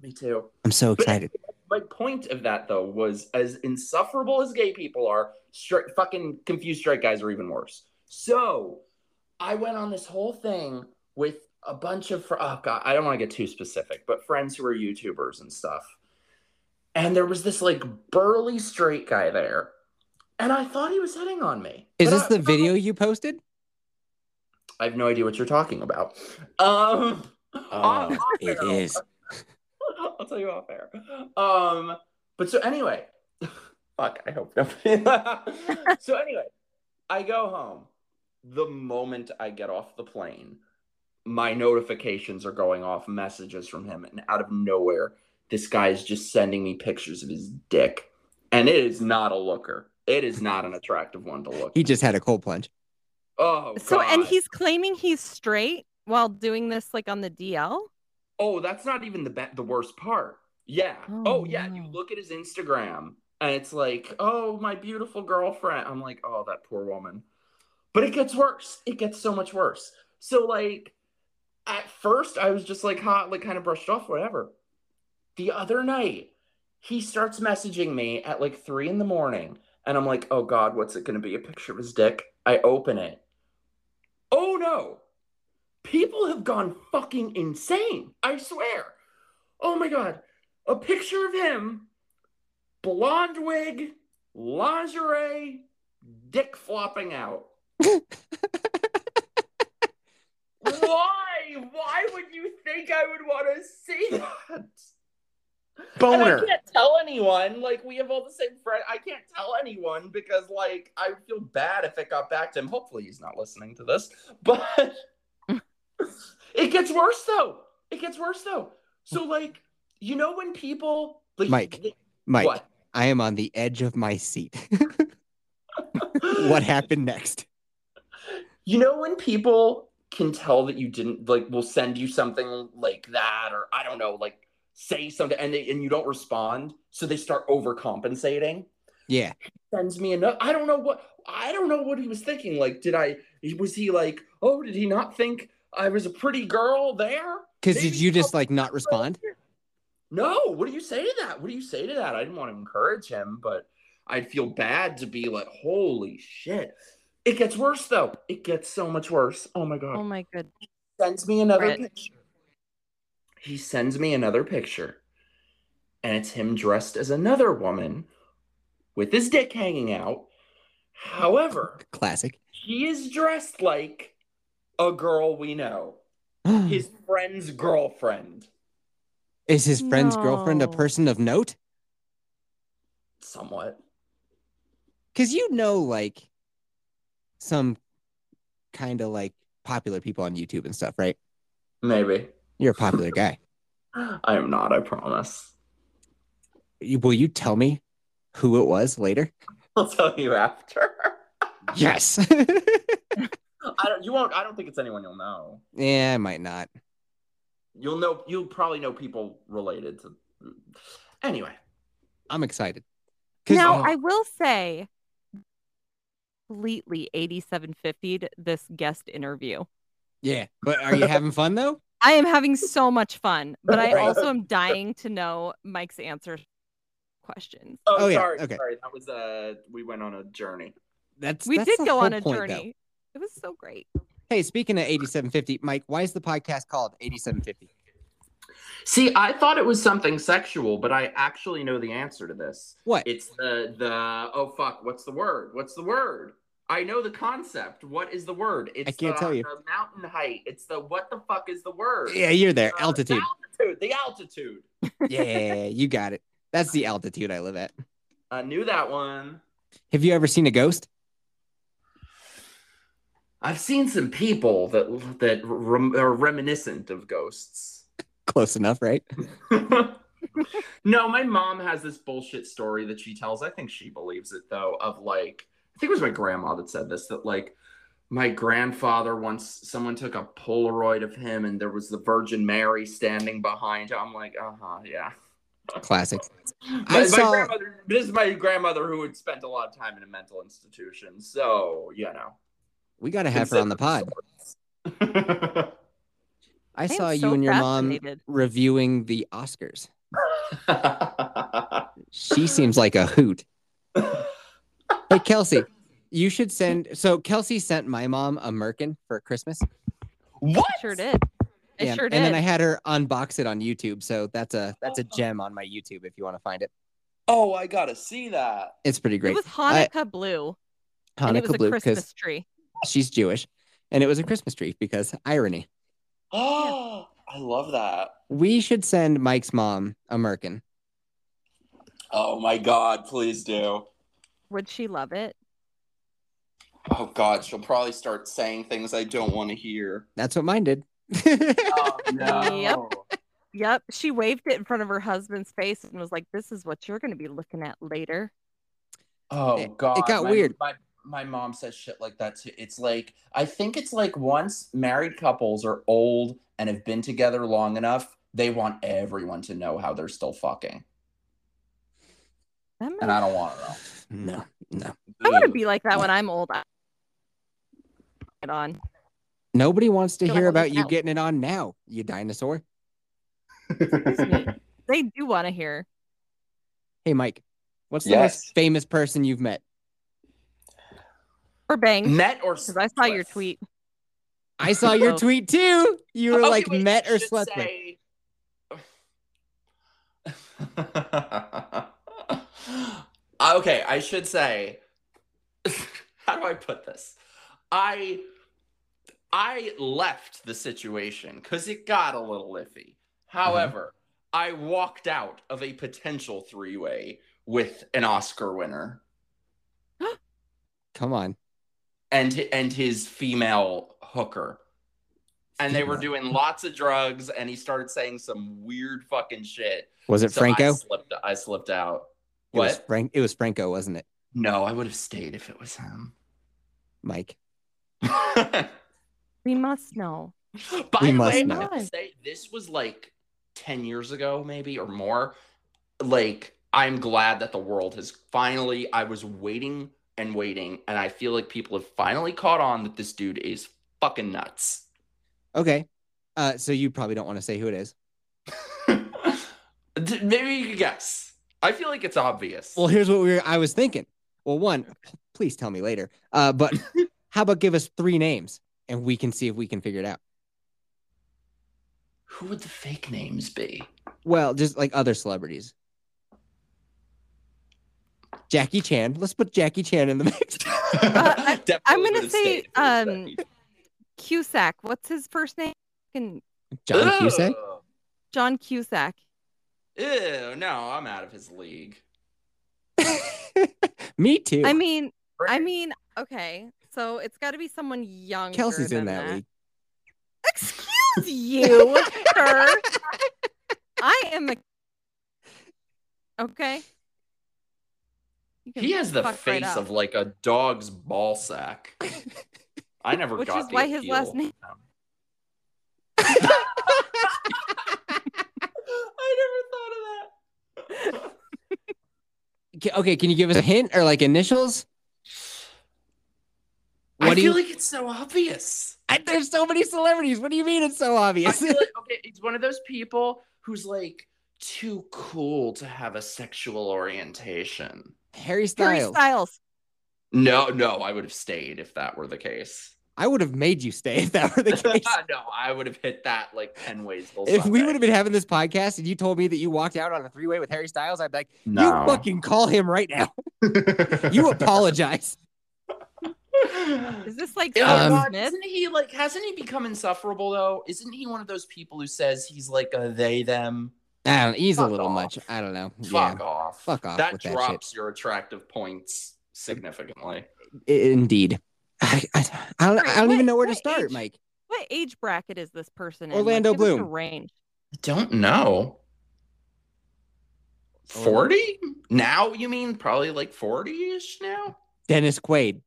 Speaker 2: Me too.
Speaker 1: I'm so excited.
Speaker 2: My point of that, though, was as insufferable as gay people are, straight, fucking confused straight guys are even worse. So I went on this whole thing with a bunch of, fr- oh God, I don't want to get too specific, but friends who are YouTubers and stuff. And there was this like burly straight guy there. And I thought he was hitting on me.
Speaker 1: Is
Speaker 2: But
Speaker 1: this
Speaker 2: I-
Speaker 1: the video you posted?
Speaker 2: I have no idea what you're talking about. Um, off- off
Speaker 1: Oh, it
Speaker 2: air.
Speaker 1: is.
Speaker 2: I'll tell you off air. Um, but so anyway, fuck. I hope nobody. so anyway, I go home. The moment I get off the plane, my notifications are going off, messages from him, and out of nowhere, this guy is just sending me pictures of his dick, and it is not a looker. It is not an attractive one to look.
Speaker 1: He just had a cold plunge.
Speaker 2: oh
Speaker 4: So and
Speaker 2: God.
Speaker 4: he's claiming he's straight while doing this like on the DL?
Speaker 2: Oh, that's not even the be- the worst part. Yeah.
Speaker 4: Oh,
Speaker 2: Oh, yeah. You
Speaker 4: no.
Speaker 2: look at his Instagram and it's like, oh, my beautiful girlfriend. I'm like, oh, that poor woman. But it gets worse. It gets so much worse. So like, at first I was just like hot, like kind of brushed off, whatever. The other night, he starts messaging me at like three in the morning, and I'm like, oh God, what's it gonna be? A picture of his dick. I open it. Oh no, people have gone fucking insane. I swear. Oh my god. A picture of him, blonde wig, lingerie, dick flopping out. Why? Why would you think I would want to see that? And I can't tell anyone. Like we have all the same friend. I can't tell anyone because like I would feel bad if it got back to him. Hopefully he's not listening to this. But it gets worse though. It gets worse though. So like you know when people like
Speaker 1: Mike,
Speaker 2: they-
Speaker 1: Mike,
Speaker 2: what?
Speaker 1: I am on the edge of my seat. what happened next?
Speaker 2: You know when people can tell that you didn't like will send you something like that or I don't know like say something and they, and you don't respond so they start overcompensating.
Speaker 1: Yeah,
Speaker 2: sends me another. I don't know what I don't know what he was thinking. Like, did I was he like, oh, did he not think I was a pretty girl there?
Speaker 1: because
Speaker 2: Maybe
Speaker 1: did you just
Speaker 2: I'll-
Speaker 1: like not respond?
Speaker 2: No. What do you say to that? What do you say to that? I didn't want to encourage him, but I'd feel bad to be like, holy shit. It gets worse though. It gets so much worse. Oh my god.
Speaker 4: Oh my goodness.
Speaker 2: sends me another
Speaker 4: Right.
Speaker 2: picture. He sends me another picture, and it's him dressed as another woman with his dick hanging out. However,
Speaker 1: Classic.
Speaker 2: he is dressed like a girl we know, his friend's girlfriend,
Speaker 1: Is his friend's girlfriend a
Speaker 4: No.
Speaker 1: person of note?
Speaker 2: somewhat.
Speaker 1: Because you know, like some kind of like popular people on YouTube and stuff, right?
Speaker 2: Maybe.
Speaker 1: You're a popular guy.
Speaker 2: I am not, I promise.
Speaker 1: You- Will you tell me who it was later?
Speaker 2: I'll tell you after.
Speaker 1: Yes.
Speaker 2: I don't you won't I don't think it's anyone you'll know.
Speaker 1: yeah, I might not.
Speaker 2: You'll know. You'll probably know people related to. Anyway,
Speaker 1: I'm excited. 'Cause- uh,
Speaker 4: Now
Speaker 2: Oh.
Speaker 4: I will say completely 8750 this guest interview.
Speaker 1: yeah, but are you having fun though?
Speaker 4: I am having so much fun, but I
Speaker 2: Right.
Speaker 4: also am dying to know Mike's answer questions.
Speaker 2: oh,
Speaker 1: Oh, yeah,
Speaker 2: sorry,
Speaker 1: okay.
Speaker 2: sorry. That was uh, we went on a journey.
Speaker 1: That's
Speaker 4: We
Speaker 1: that's
Speaker 4: did
Speaker 1: the
Speaker 4: go
Speaker 1: whole
Speaker 4: on a
Speaker 1: point, though.
Speaker 4: journey. It was so great.
Speaker 1: Hey, speaking of 8750, Mike, why is the podcast called 8750?
Speaker 2: See, I thought it was something sexual, but I actually know the answer to this.
Speaker 1: What?
Speaker 2: It's the the oh fuck, what's the word? What's the word? I know the concept. What is the word? It's
Speaker 1: can't
Speaker 2: the,
Speaker 1: tell you.
Speaker 2: the mountain height. It's the what the fuck is the word?
Speaker 1: yeah, you're there.
Speaker 4: Oh,
Speaker 2: Uh,
Speaker 1: Altitude.
Speaker 2: The altitude. The altitude.
Speaker 1: yeah, you got it. That's the altitude I live at.
Speaker 2: I knew that one.
Speaker 1: Have you ever seen a ghost?
Speaker 2: I've seen some people that that rem- are reminiscent of ghosts.
Speaker 1: Close enough, right?
Speaker 2: no, my mom has this bullshit story that she tells. I think she believes it though. Of like, I think it was my grandma that said this. That like, my grandfather once someone took a Polaroid of him, and there was the Virgin Mary standing behind him. I'm like, uh huh, yeah.
Speaker 1: Classic.
Speaker 2: My,
Speaker 1: I
Speaker 2: my
Speaker 1: saw-
Speaker 2: grandmother. This is my grandmother who had spent a lot of time in a mental institution. So you know,
Speaker 1: We got to have her on the pod. I
Speaker 4: am
Speaker 1: saw you
Speaker 4: so
Speaker 1: and your mom
Speaker 4: fascinated.
Speaker 1: reviewing the Oscars. She seems like a hoot. Hey, Kelsey, you should send. So, Kelsey sent my mom a merkin for Christmas.
Speaker 2: what?
Speaker 4: I sure did. I
Speaker 1: Yeah,
Speaker 4: sure did. Oh.
Speaker 1: and then I had her unbox it on YouTube. So that's a that's a gem on my YouTube if you want to find it.
Speaker 2: Oh, I gotta see that.
Speaker 1: It's pretty great.
Speaker 4: It was Hanukkah blue. and it was
Speaker 1: Hanukkah
Speaker 4: a
Speaker 1: blue because
Speaker 4: Christmas tree.
Speaker 1: she's Jewish, and it was a Christmas tree because irony.
Speaker 2: Oh, I love that.
Speaker 1: We should send Mike's mom a merkin.
Speaker 2: Oh my god, please do.
Speaker 4: Would she love it?
Speaker 2: Oh god, she'll probably start saying things I don't want to hear.
Speaker 1: That's what mine did.
Speaker 2: Oh
Speaker 4: no. Yep. She waved it in front of her husband's face and was like, This is what you're going to be looking at later.
Speaker 2: Oh
Speaker 1: It- it
Speaker 2: god.
Speaker 1: got
Speaker 2: my,
Speaker 1: weird.
Speaker 2: My my mom says shit like that too. It's like I think it's like once married couples are old and have been together long enough, they want everyone to know how they're still fucking.
Speaker 4: That might-
Speaker 2: And I don't want to know.
Speaker 1: no, no.
Speaker 4: I want to be like that when I'm old. I- Get on.
Speaker 1: Nobody wants to
Speaker 4: Feel like
Speaker 1: hear
Speaker 4: I'm
Speaker 1: about
Speaker 4: missing
Speaker 1: you
Speaker 4: out.
Speaker 1: getting it on now, you dinosaur.
Speaker 4: They do want to hear.
Speaker 1: Hey, Mike, what's the
Speaker 2: Yes.
Speaker 1: most famous person you've met?
Speaker 4: Or bang.
Speaker 2: Met or
Speaker 4: Because I saw your
Speaker 2: slept with.
Speaker 4: tweet.
Speaker 1: I saw your
Speaker 4: Oh.
Speaker 1: tweet too. You were
Speaker 2: Okay,
Speaker 1: like
Speaker 2: wait,
Speaker 1: met
Speaker 2: I
Speaker 1: or
Speaker 2: Oh, should
Speaker 1: slept with.
Speaker 2: say- Ah, okay, I should say. how do I put this? I I left the situation because it got a little iffy.
Speaker 1: Mm-hmm.
Speaker 2: However, I walked out of a potential three way with an Oscar winner
Speaker 1: Come on.
Speaker 2: and and his female hooker. And they were doing lots of drugs, and he started saying some weird fucking shit.
Speaker 1: Was it
Speaker 2: So
Speaker 1: Franco?
Speaker 2: I slipped, I slipped out.
Speaker 1: It was
Speaker 2: What?
Speaker 1: Frank. It was Franco, wasn't it,
Speaker 2: No, I would have stayed if it was him.
Speaker 1: Mike?
Speaker 2: By
Speaker 4: We must know.
Speaker 1: We
Speaker 2: the
Speaker 1: must
Speaker 2: way,
Speaker 1: know.
Speaker 2: I gotta say, this was like 10 years ago, maybe or more. Like, I'm glad that the world has finally, I was waiting and waiting, and I feel like people have finally caught on that this dude is fucking nuts.
Speaker 1: Okay. Uh, so you probably don't want to say who it is.
Speaker 2: D- Maybe you could guess. I feel like it's obvious.
Speaker 1: Well, here's what we were, I was thinking. Well, one, p- please tell me later. Uh, but how about give us three names and we can see if we can figure it out.
Speaker 2: Who would the fake names be?
Speaker 1: Well, just like other celebrities. Jackie Chan. Let's put Jackie Chan in the mix.
Speaker 4: Uh, I-
Speaker 2: Definitely
Speaker 4: I'm gonna
Speaker 2: would have
Speaker 4: say,
Speaker 2: stayed for a
Speaker 4: um,
Speaker 2: second.
Speaker 4: Cusack. What's his first name? Fucking
Speaker 1: John Cusack.
Speaker 4: John Cusack.
Speaker 2: Ew, Ew, no, I'm out of his league.
Speaker 1: me too.
Speaker 4: I mean, I mean, okay. So it's got to be someone young.
Speaker 1: Kelsey's in that, league.
Speaker 4: Excuse you, sir. I am a. Okay. You can
Speaker 2: he has the
Speaker 4: fuck right
Speaker 2: face
Speaker 4: up.
Speaker 2: of like a dog's ball sack. I never
Speaker 4: Which
Speaker 2: got
Speaker 4: is
Speaker 2: the Um,
Speaker 4: why his
Speaker 2: appeal.
Speaker 4: last name-
Speaker 1: Ca- Okay, can you give us a hint or like initials? What
Speaker 2: I
Speaker 1: do
Speaker 2: feel
Speaker 1: you?
Speaker 2: like it's so obvious.
Speaker 1: I- there's so many celebrities. What do you mean it's so obvious?
Speaker 2: I feel like, okay, it's one of those people who's like too cool to have a sexual orientation.
Speaker 1: Harry
Speaker 4: Harry
Speaker 1: Styles.
Speaker 4: Styles.
Speaker 2: No, no, I would have stayed if that were the case.
Speaker 1: I would have made you stay if that were the case.
Speaker 2: no, I would have hit that like ten ways. till
Speaker 1: if we
Speaker 2: Sunday.
Speaker 1: would have been having this podcast and you told me that you walked out on a three way with Harry Styles, I'd be like, you
Speaker 2: no,
Speaker 1: fucking call him right now. You apologize.
Speaker 4: Is this like
Speaker 2: Yeah,
Speaker 1: Um,
Speaker 4: Sam
Speaker 2: Oh, God,
Speaker 4: Smith?
Speaker 2: isn't he like? Hasn't he become insufferable though? Isn't he one of those people who says he's like a they them?
Speaker 1: I don't know. He's a
Speaker 2: Fuck
Speaker 1: little
Speaker 2: off.
Speaker 1: much. I don't know.
Speaker 2: Fuck off.
Speaker 1: Fuck off
Speaker 2: That
Speaker 1: with that shit.
Speaker 2: drops your attractive points significantly.
Speaker 1: I- Indeed. I, I, I don't, I don't
Speaker 4: What-
Speaker 1: even know where to
Speaker 4: what
Speaker 1: start,
Speaker 4: age-
Speaker 1: Mike.
Speaker 4: What age bracket is this person in?
Speaker 1: Orlando
Speaker 4: give us a
Speaker 1: Bloom.
Speaker 4: range.
Speaker 2: I don't know. Forty now? You mean probably like forty-ish now?
Speaker 1: Dennis Quaid.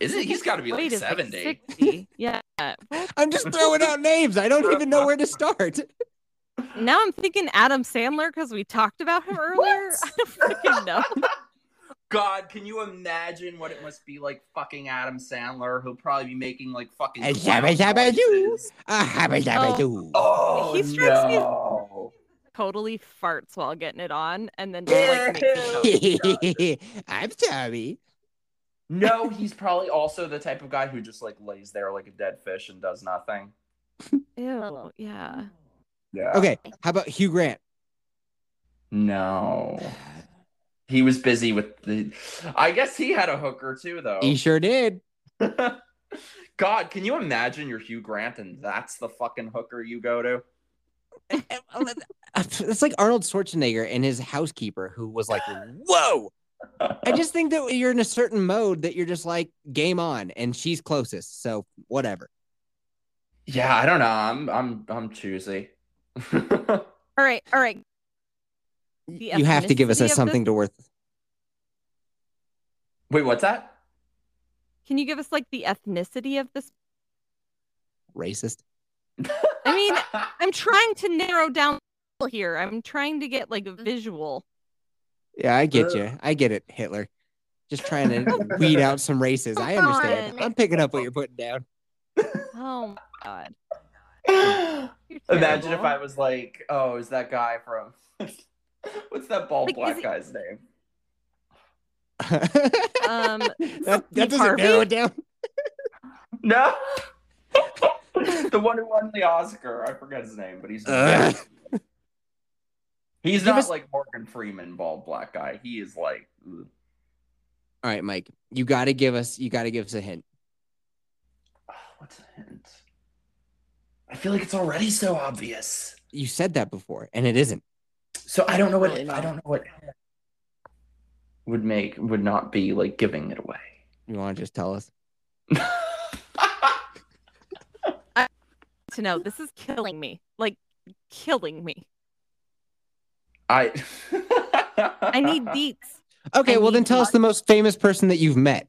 Speaker 2: Is it? He's got to be like
Speaker 4: Wait, is
Speaker 2: seventy.
Speaker 4: 60. yeah.
Speaker 1: I'm just throwing out names. I don't even know where to start.
Speaker 4: Now I'm thinking Adam Sandler because we talked about him earlier. I don't fucking know.
Speaker 2: God, can you imagine what it must be like fucking Adam Sandler? He'll probably be making like fucking.
Speaker 1: And
Speaker 2: clown
Speaker 1: shabba shabba doo.
Speaker 2: noises.
Speaker 1: Ah, habba dabba doo.
Speaker 2: Oh,
Speaker 4: He strikes me-
Speaker 2: no.
Speaker 4: Totally farts while getting it on, and then just, like makes it
Speaker 2: oh,
Speaker 4: go.
Speaker 1: I'm sorry.
Speaker 2: No, he's probably also the type of guy who just like lays there like a dead fish and does nothing.
Speaker 4: Ew, yeah.
Speaker 2: Yeah.
Speaker 1: Okay, how about Hugh Grant?
Speaker 2: No. He was busy with the. I guess he had a hooker too, though.
Speaker 1: He sure did.
Speaker 2: God, can you imagine you're Hugh Grant and that's the fucking hooker you go to?
Speaker 1: uh, It's like Arnold Schwarzenegger and his housekeeper who was like, whoa. I just think that you're in a certain mode that you're just like game on and she's closest. So whatever.
Speaker 2: Yeah, I don't know. I'm I'm I'm choosy.
Speaker 4: All right, all right. The
Speaker 1: You have to give
Speaker 4: ethnicity
Speaker 1: us a
Speaker 4: of this-
Speaker 1: something to worth.
Speaker 2: Wait, what's that?
Speaker 4: Can you give us like the ethnicity of this?
Speaker 1: Racist.
Speaker 4: I mean, I'm trying to narrow down here. I'm trying to get like a visual.
Speaker 1: Yeah, I get
Speaker 2: Ugh.
Speaker 1: you. I get it, Hitler. Just trying to weed out some races. I understand.
Speaker 4: on.
Speaker 1: I'm picking up what you're putting down.
Speaker 4: Oh my god. You're
Speaker 2: imagine if
Speaker 4: terrible.
Speaker 2: I was like, oh, is that guy from what's that bald
Speaker 4: Like, is
Speaker 2: black
Speaker 4: it-
Speaker 2: guy's name?
Speaker 4: Um,
Speaker 1: that, that
Speaker 4: Steve
Speaker 1: doesn't
Speaker 4: Harvey?
Speaker 1: narrow it down.
Speaker 2: No, the one who won the Oscar. I forget his name, but he's
Speaker 1: Ugh.
Speaker 2: he's
Speaker 1: Give
Speaker 2: not
Speaker 1: us-
Speaker 2: like Morgan Freeman, bald black guy. He is like, ugh.
Speaker 1: All right, Mike. You got to give us. You got to give us a hint.
Speaker 2: Oh, what's a hint? I feel like it's already so obvious.
Speaker 1: You said that before, and it isn't.
Speaker 2: So I don't know what
Speaker 4: Really
Speaker 2: I
Speaker 4: not.
Speaker 2: don't know what would make would not be like giving it away.
Speaker 1: You want to just tell us?
Speaker 4: to know this is killing me. Like killing me.
Speaker 2: I
Speaker 4: I need deets.
Speaker 1: Okay,
Speaker 4: I
Speaker 1: well then
Speaker 4: need
Speaker 1: tell us the most famous person that you've met.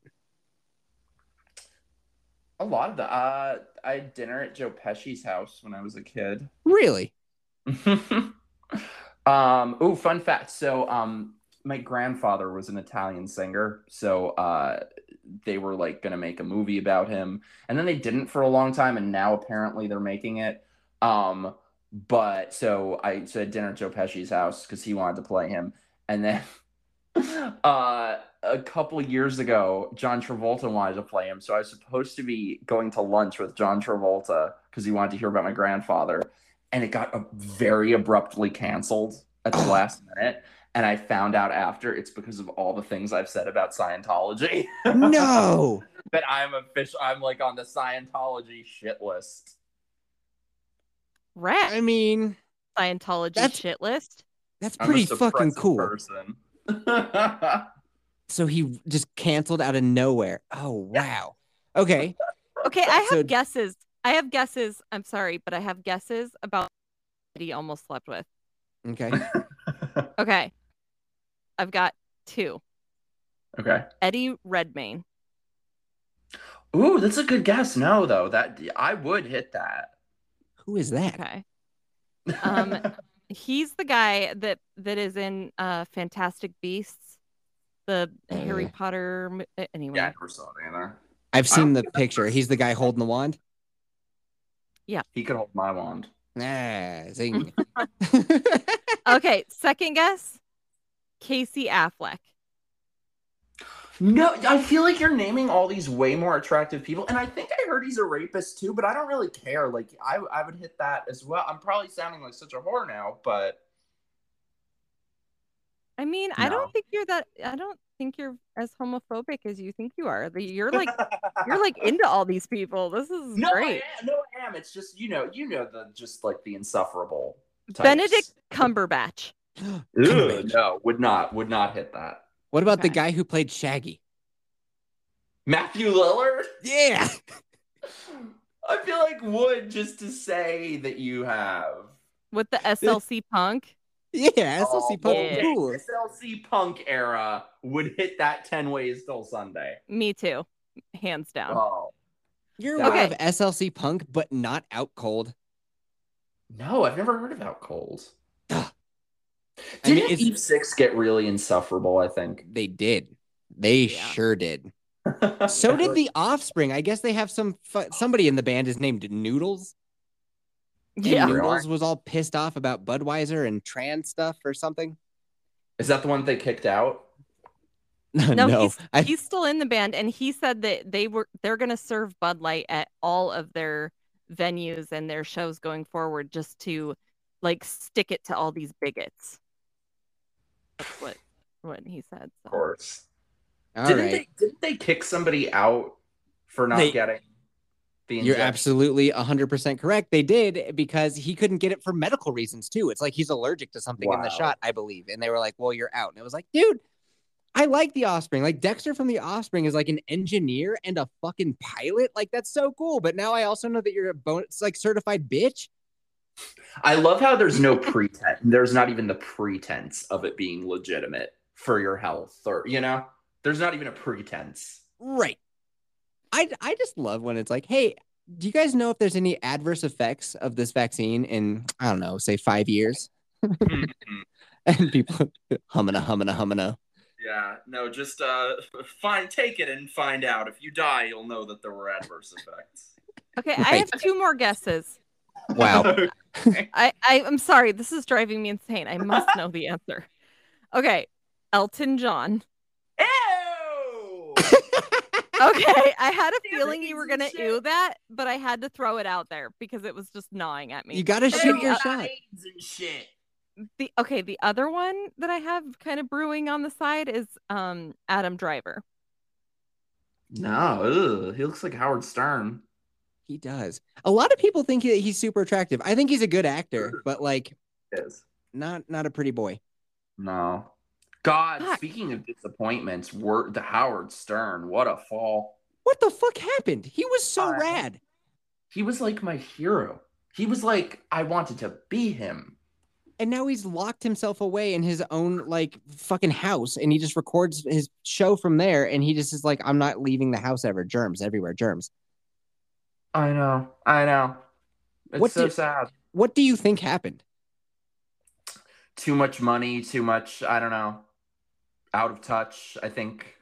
Speaker 2: a lot of the uh I had dinner at Joe Pesci's house when I was a kid.
Speaker 1: Really?
Speaker 2: um oh fun fact. So um my grandfather was an Italian singer, so uh they were like gonna make a movie about him. And then they didn't for a long time, and now apparently they're making it. Um but so I so I had dinner at Joe Pesci's house because he wanted to play him. And then uh, a couple years ago, John Travolta wanted to play him. So I was supposed to be going to lunch with John Travolta because he wanted to hear about my grandfather. And it got uh, very abruptly canceled at the last minute. And I found out after it's because of all the things I've said about Scientology.
Speaker 1: No.
Speaker 2: that I'm official. I'm like on the Scientology shit list.
Speaker 4: Rat
Speaker 1: I mean,
Speaker 4: Scientology
Speaker 1: that's-
Speaker 4: shit list.
Speaker 1: that's
Speaker 2: I'm a
Speaker 1: pretty fucking
Speaker 2: suppressive
Speaker 1: cool.
Speaker 2: Person. yeah,
Speaker 1: So he just canceled out of nowhere. Oh wow. Okay.
Speaker 4: Okay, I have
Speaker 1: So-
Speaker 4: guesses. I have guesses. I'm sorry, but I have guesses about that he almost slept with.
Speaker 1: Okay.
Speaker 4: Okay. I've got two.
Speaker 2: okay.
Speaker 4: Eddie Redmayne.
Speaker 2: Ooh, that's a good guess. No, though that I would hit that.
Speaker 1: Who is that?
Speaker 4: Okay. Um, he's the guy that that is in uh Fantastic Beasts, the Harry
Speaker 1: Uh.
Speaker 4: Potter. mo- uh, Anyway,
Speaker 2: Oh, Yeah, I never saw it either.
Speaker 1: I've seen the
Speaker 2: think that's
Speaker 1: picture.
Speaker 2: right.
Speaker 1: He's the guy holding the wand.
Speaker 2: He could hold my wand.
Speaker 1: Ah, zing.
Speaker 4: okay. Second guess, Casey Affleck.
Speaker 2: No, I feel like you're naming all these way more attractive people, and I think I heard he's a rapist too, but I don't really care. Like, I I would hit that as well. I'm probably sounding like such a whore now, but
Speaker 4: I mean, I
Speaker 2: No.
Speaker 4: don't think you're that. I don't think you're as homophobic as you think you are. The- You're like you're like into all these people. This is
Speaker 2: no,
Speaker 4: great.
Speaker 2: I am, no, I am. It's just you know, you know the just like the insufferable. types.
Speaker 4: Benedict Cumberbatch.
Speaker 2: Ew, no, would not, would not hit that.
Speaker 1: what about the
Speaker 4: Okay.
Speaker 1: guy who played Shaggy?
Speaker 2: Matthew Lillard.
Speaker 1: Yeah.
Speaker 2: I feel like would just to say that you have
Speaker 4: with the SLC Punk.
Speaker 1: Yeah. SLC
Speaker 2: Oh,
Speaker 1: Punk
Speaker 4: yeah.
Speaker 1: rules.
Speaker 2: SLC punk era would hit that ten ways till Sunday.
Speaker 4: Me too, hands down.
Speaker 2: Oh
Speaker 1: You're
Speaker 2: Okay.
Speaker 1: aware of SLC Punk, but not out cold.
Speaker 2: no, I've never heard about cold.
Speaker 1: Ugh. I mean,
Speaker 2: Didn't
Speaker 1: it's-
Speaker 2: Eve Six get really insufferable? I think.
Speaker 1: They did. They
Speaker 4: Yeah.
Speaker 1: sure did. So did the Offspring. I guess they have some fu- somebody in the band is named Noodles. and
Speaker 4: Yeah.
Speaker 2: Really?
Speaker 1: Noodles was all pissed off about Budweiser and trans stuff or something.
Speaker 2: Is that the one they kicked out?
Speaker 4: No,
Speaker 1: no.
Speaker 4: he's,
Speaker 1: I,
Speaker 4: he's still in the band, and he said that they were they're going to serve Bud Light at all of their venues and their shows going forward, just to like stick it to all these bigots. That's what what he said.
Speaker 2: Of
Speaker 4: So.
Speaker 2: course.
Speaker 1: all
Speaker 2: didn't
Speaker 1: right.
Speaker 2: they? Didn't they kick somebody out for not
Speaker 1: They-
Speaker 2: getting the?
Speaker 1: You're
Speaker 2: injection?
Speaker 1: absolutely 100% correct. They did because he couldn't get it for medical reasons, too. It's like he's allergic to something in the
Speaker 2: Wow.
Speaker 1: shot, I believe. And they were like, well, you're out. And it was like, dude, I like The Offspring. Like, Dexter from The Offspring is like an engineer and a fucking pilot. Like, that's so cool. But now I also know that you're a bonus, like, certified bitch.
Speaker 2: I love how there's no pretense. There's not even the pretense of it being legitimate for your health, or you know, there's not even a pretense.
Speaker 1: Right. I, I just love when it's like, hey, do you guys know if there's any adverse effects of this vaccine in, I don't know, say five years? and people hummina, hummina, hummina.
Speaker 2: Yeah, no, just uh, find, take it and find out. If you die, you'll know that there were adverse effects.
Speaker 4: Okay, I
Speaker 1: Right.
Speaker 4: have two more guesses.
Speaker 1: Wow.
Speaker 4: I, I I'm sorry, this is driving me insane. I must know the answer. Okay, Elton John.
Speaker 2: Ew!
Speaker 4: Okay, I had a
Speaker 2: Damn it,
Speaker 4: feeling
Speaker 2: he's
Speaker 4: you were
Speaker 2: in
Speaker 4: gonna
Speaker 2: shape.
Speaker 4: ew that, but I had to throw it out there because it was just gnawing at me.
Speaker 1: You gotta
Speaker 4: Ew.
Speaker 1: shoot your shot.
Speaker 2: AIDS and shit.
Speaker 4: the okay, the other one that I have kind of brewing on the side is um Adam Driver.
Speaker 2: No, ugh, he looks like Howard Stern.
Speaker 1: He does. A lot of people think he, he's super attractive. I think he's a good actor, but like
Speaker 2: Is
Speaker 1: not not a pretty boy.
Speaker 2: no. God,
Speaker 4: Fuck.
Speaker 2: speaking of disappointments, were the Howard Stern. What a fall.
Speaker 1: What the fuck happened? He was so
Speaker 2: Uh,
Speaker 1: rad.
Speaker 2: he was like my hero. He was like I wanted to be him.
Speaker 1: And now he's locked himself away in his own like fucking house and he just records his show from there and he just is like I'm not leaving the house ever. Germs everywhere, germs.
Speaker 2: I know. I know. It's
Speaker 1: What
Speaker 2: so
Speaker 1: do-
Speaker 2: sad.
Speaker 1: What do you think happened?
Speaker 2: Too much money, too much, I don't know. Out of touch, I think.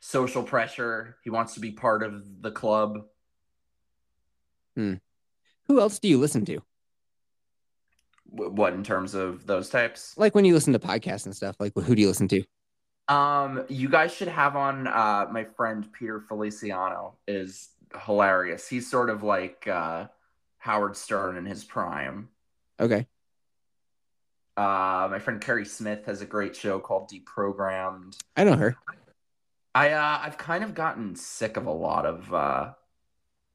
Speaker 2: Social pressure. He wants to be part of the club.
Speaker 1: Who else do you listen to?
Speaker 2: W- What in terms of those types?
Speaker 1: Like when you listen to podcasts and stuff, like who do you listen to?
Speaker 2: Um, you guys should have on uh my friend Peter Feliciano is hilarious. He's sort of like uh Howard Stern in his prime.
Speaker 1: Okay.
Speaker 2: Uh, my friend Carrie Smith has a great show called Deprogrammed.
Speaker 1: I know her.
Speaker 2: I uh, I've kind of gotten sick of a lot of uh,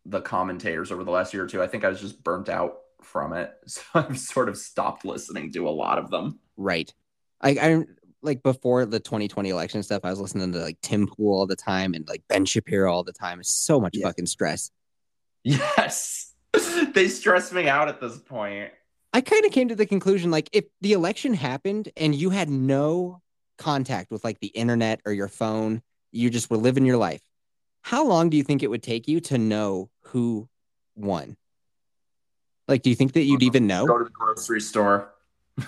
Speaker 2: the commentators over the last year or two. I think I was just burnt out from it, so I've sort of stopped listening to a lot of them.
Speaker 1: Right. I, I like before the 2020 election stuff, I was listening to like Tim Pool all the time and like Ben Shapiro all the time. It's so much
Speaker 2: Yeah.
Speaker 1: fucking stress.
Speaker 2: Yes, they stress me out at this point.
Speaker 1: I kind of came to the conclusion like if the election happened and you had no contact with like the internet or your phone, you just were living your life. How long do you think it would take you to know who won? Like, do you think that you'd even know?
Speaker 2: Go to the grocery
Speaker 1: Oh.
Speaker 2: store.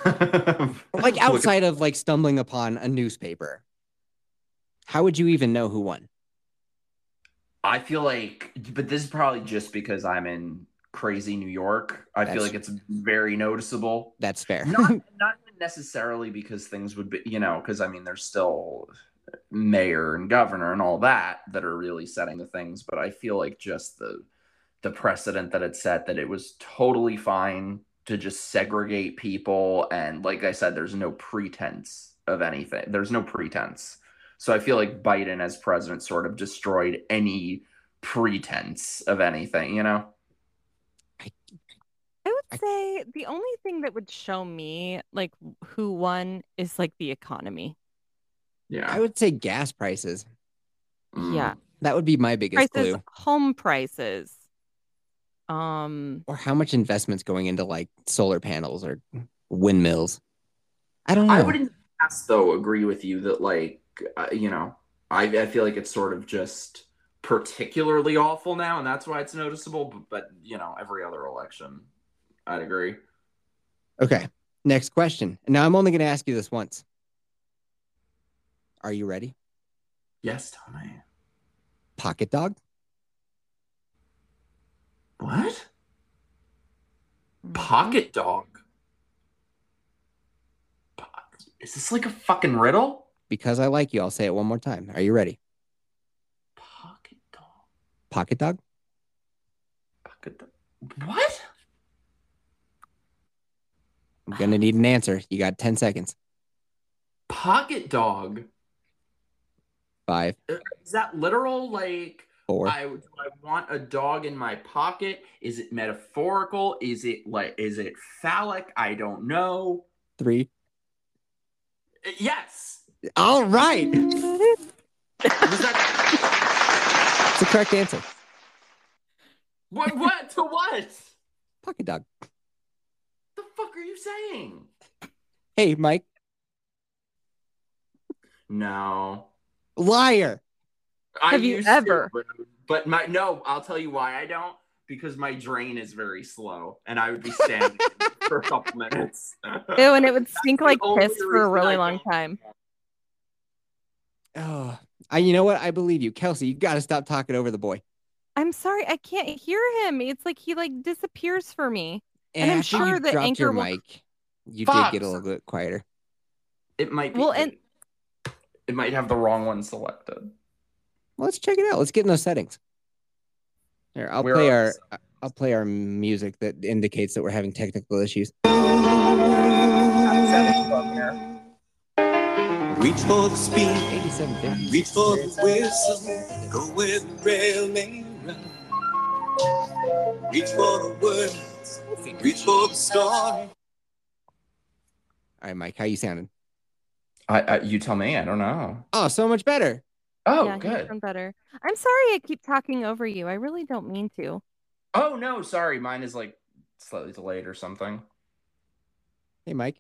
Speaker 1: Like outside of like stumbling upon a newspaper, how would you even know who won?
Speaker 2: I feel like, but this is probably just because I'm in crazy New York. I feel
Speaker 1: That's-
Speaker 2: like it's very noticeable.
Speaker 1: That's fair.
Speaker 2: not not even necessarily because things would be you know because i mean there's still mayor and governor and all that that are really setting the things but i feel like just the the precedent that it set that it was totally fine to just segregate people and like i said there's no pretense of anything there's no pretense so i feel like biden as president sort of destroyed any pretense of anything you know
Speaker 4: I would say the only thing that would show me like who won is like the economy.
Speaker 1: I
Speaker 2: yeah
Speaker 1: would say gas prices.
Speaker 2: Mm.
Speaker 4: Yeah.
Speaker 1: That would be my biggest
Speaker 4: Prices,
Speaker 1: clue.
Speaker 4: home prices. Um
Speaker 1: Or how much investment's going into like solar panels or windmills. I don't know.
Speaker 2: I would, in the past, though, agree with you that, like, uh, you know, I, I feel like it's sort of just particularly awful now, and that's why it's noticeable. But, but you know, every other election, I'd agree.
Speaker 1: Okay. Next question. Now I'm only going to ask you this once. Are you ready?
Speaker 2: Yes, Tommy.
Speaker 1: Pocket dog?
Speaker 2: What?
Speaker 4: mhm.
Speaker 2: Pocket dog? Po- Is this like a fucking riddle?
Speaker 1: Because I like you, I'll say it one more time. Are you ready?
Speaker 2: Pocket dog.
Speaker 1: Pocket dog?
Speaker 2: Pocket dog. What?
Speaker 1: I'm going to need an answer. You got 10 seconds.
Speaker 2: Pocket dog?
Speaker 1: Five,
Speaker 2: Is that literal? Like,
Speaker 1: four.
Speaker 2: I do I want a dog in my pocket? Is it metaphorical? Is it like is it phallic? I don't know.
Speaker 1: three.
Speaker 2: Uh, Yes.
Speaker 1: All right.
Speaker 2: Was that
Speaker 1: It's the correct answer.
Speaker 2: what what to what?
Speaker 1: Pocket dog.
Speaker 2: The fuck are you saying?
Speaker 1: Hey, Mike.
Speaker 2: No.
Speaker 1: Liar.
Speaker 2: I
Speaker 4: Have you
Speaker 2: used to,
Speaker 4: ever?
Speaker 2: but- but my no, I'll tell you why I don't. Because my drain is very slow and I would be standing for a couple minutes.
Speaker 4: Ew, and it would stink
Speaker 2: the
Speaker 4: like
Speaker 2: only
Speaker 4: piss for a
Speaker 2: reason
Speaker 4: really
Speaker 2: I
Speaker 4: long
Speaker 2: don't-
Speaker 4: time.
Speaker 1: Oh, I, you know what? I believe you. Kelsey, you got to stop talking over the boy.
Speaker 4: I'm sorry, I can't hear him. It's like he like disappears for me. And I'm
Speaker 1: after
Speaker 4: sure
Speaker 1: you
Speaker 4: the
Speaker 1: dropped
Speaker 4: anchor
Speaker 1: your
Speaker 4: will-
Speaker 1: mic, you
Speaker 2: Fox.
Speaker 1: did get a little bit quieter.
Speaker 2: It might be
Speaker 4: Well, and-
Speaker 2: it might have the wrong one selected.
Speaker 1: Well, let's check it out. Let's get in those settings. Here, I'll
Speaker 2: Where
Speaker 1: play
Speaker 2: are
Speaker 1: our I'll play our music that indicates that we're having technical issues.
Speaker 5: Reach for the speed,
Speaker 1: 87
Speaker 5: reach for the whistle, go where the rail may run. Reach for the words, reach for the story.
Speaker 1: All right, Mike, how you sounding?
Speaker 2: I, I you tell me. I don't know.
Speaker 1: Oh, so much better.
Speaker 2: Oh,
Speaker 4: yeah, he's
Speaker 2: good.
Speaker 4: done better. I'm sorry I keep talking over you. I really don't mean to.
Speaker 2: oh no, sorry, mine is like slightly delayed or something.
Speaker 1: Hey, Mike,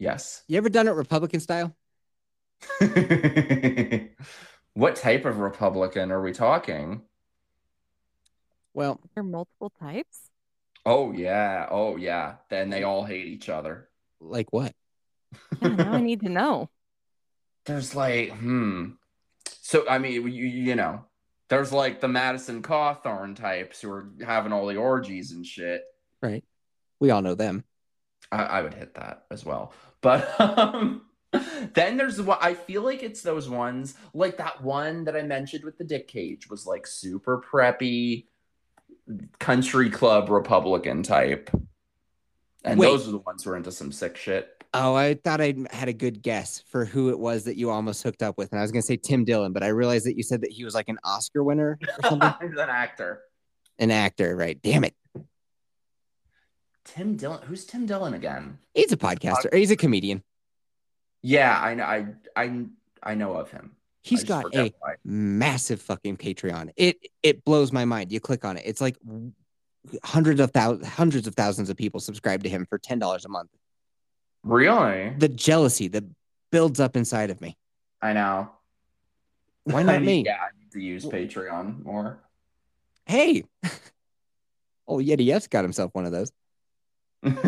Speaker 2: Yes.
Speaker 1: you ever done it Republican style?
Speaker 2: what type of Republican are we talking?
Speaker 1: Well,
Speaker 4: There are multiple types.
Speaker 2: Oh yeah, oh yeah. Then they all hate each other.
Speaker 1: like what?
Speaker 4: Yeah, now I need to know.
Speaker 2: there's like, hmm. So I mean, you you know, there's like the Madison Cawthorn types who are having all the orgies and shit.
Speaker 1: Right. We all know them.
Speaker 2: I, I would hit that as well. But um, then there's what I feel like it's those ones like that one that I mentioned with the Dick Cage was like super preppy country club Republican type. And
Speaker 1: Wait.
Speaker 2: those are the ones who are into some sick shit.
Speaker 1: Oh, I thought I had a good guess for who it was that you almost hooked up with, and I was gonna say Tim Dillon, but I realized that you said that he was like an Oscar winner or
Speaker 2: He's
Speaker 1: something,
Speaker 2: an actor.
Speaker 1: an actor, right? Damn it,
Speaker 2: Tim Dillon. Who's Tim Dillon again?
Speaker 1: he's a podcaster. He's a comedian.
Speaker 2: Yeah, I know I I I know of him.
Speaker 1: He's
Speaker 2: I just
Speaker 1: got
Speaker 2: forget
Speaker 1: a
Speaker 2: why.
Speaker 1: massive fucking Patreon. It it blows my mind. You click on it. It's like hundreds of thousands hundreds of thousands of people subscribe to him for ten dollars a month.
Speaker 2: Really?
Speaker 1: The jealousy that builds up inside of me.
Speaker 2: I know.
Speaker 1: Why
Speaker 2: I
Speaker 1: not me?
Speaker 2: need- Yeah, I need to use Patreon more.
Speaker 1: Hey. oh Yeti F's got himself one of those. no,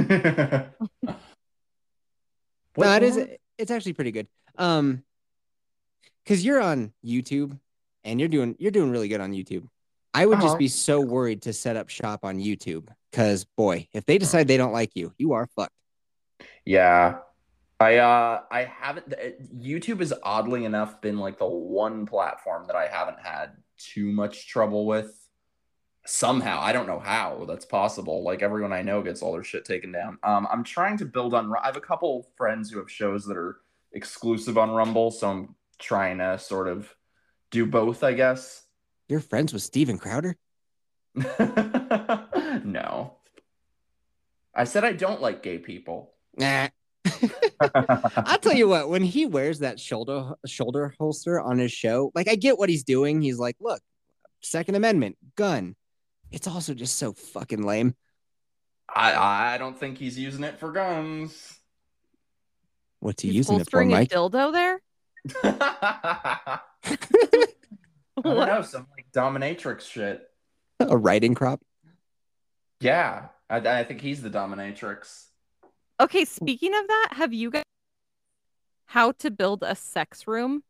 Speaker 1: it is. It's actually pretty good. Um, because you're on YouTube and you're doing you're doing really good on YouTube. I would
Speaker 2: Uh-huh.
Speaker 1: just be so worried to set up shop on YouTube because boy, if they decide they don't like you, you are fucked.
Speaker 2: Yeah. I uh I haven't uh, YouTube has oddly enough been like the one platform that I haven't had too much trouble with. Somehow, I don't know how that's possible. Like everyone I know gets all their shit taken down. Um, I'm trying to build on. Ru- I have a couple friends who have shows that are exclusive on Rumble, so I'm trying to sort of do both, I guess.
Speaker 1: You're friends with Steven Crowder.
Speaker 2: No. I said I don't like gay people.
Speaker 1: Nah. I'll tell you what, when he wears that shoulder shoulder holster on his show, like I get what he's doing. He's like, look, Second Amendment, gun. It's also just so fucking lame.
Speaker 2: I I don't think he's using it for guns.
Speaker 1: What's he
Speaker 4: He's
Speaker 1: using it for,
Speaker 4: holstering
Speaker 1: Mike?
Speaker 4: a dildo there.
Speaker 2: I don't
Speaker 4: What?
Speaker 2: know, some like dominatrix shit.
Speaker 1: a riding crop.
Speaker 2: Yeah, I, I think he's the dominatrix.
Speaker 4: Okay, speaking of that, have you guys how to build a sex room?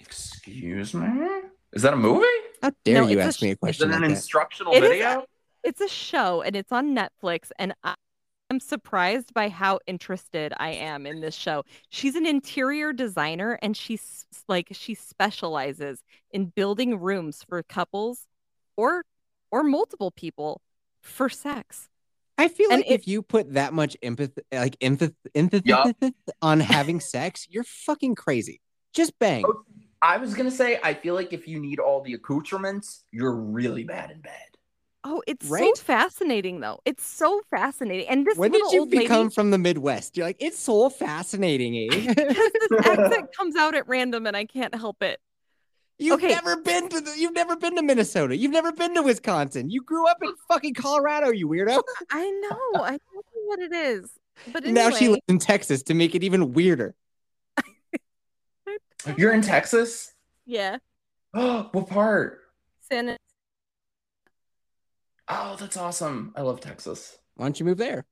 Speaker 2: Excuse me? Is that a movie?
Speaker 1: How dare
Speaker 4: No,
Speaker 1: you
Speaker 4: it's a
Speaker 1: ask me a
Speaker 2: Is
Speaker 1: question
Speaker 2: that an
Speaker 1: like that?
Speaker 2: instructional
Speaker 4: It is-
Speaker 2: video?
Speaker 4: It's a show and it's on Netflix and I am surprised by how interested I am in this show. She's an interior designer and she's like she specializes in building rooms for couples or or multiple people for sex.
Speaker 1: I feel
Speaker 4: And
Speaker 1: like if you put that much empathy, like empathy, empathy
Speaker 2: Yup.
Speaker 1: on having sex, you're fucking crazy. Just bang.
Speaker 2: Oh. I was gonna say, I feel like if you need all the accoutrements, you're really bad in bed.
Speaker 4: Oh, it's so
Speaker 1: Right?
Speaker 4: fascinating though. It's so fascinating. And this
Speaker 1: when did
Speaker 4: little
Speaker 1: you
Speaker 4: old lady-
Speaker 1: become from the Midwest? You're like, it's so fascinating, eh?
Speaker 4: because this accent comes out at random and I can't help it.
Speaker 1: you've
Speaker 4: Okay.
Speaker 1: never been to the, you've never been to Minnesota. You've never been to Wisconsin. You grew up in fucking Colorado, you weirdo.
Speaker 4: I know. I don't know what it is. But anyway,
Speaker 1: Now she lives in Texas to make it even weirder.
Speaker 2: You're in Texas?
Speaker 4: yeah,
Speaker 2: what part?
Speaker 4: San.
Speaker 2: Oh, that's awesome. I love Texas.
Speaker 1: Why don't you move there?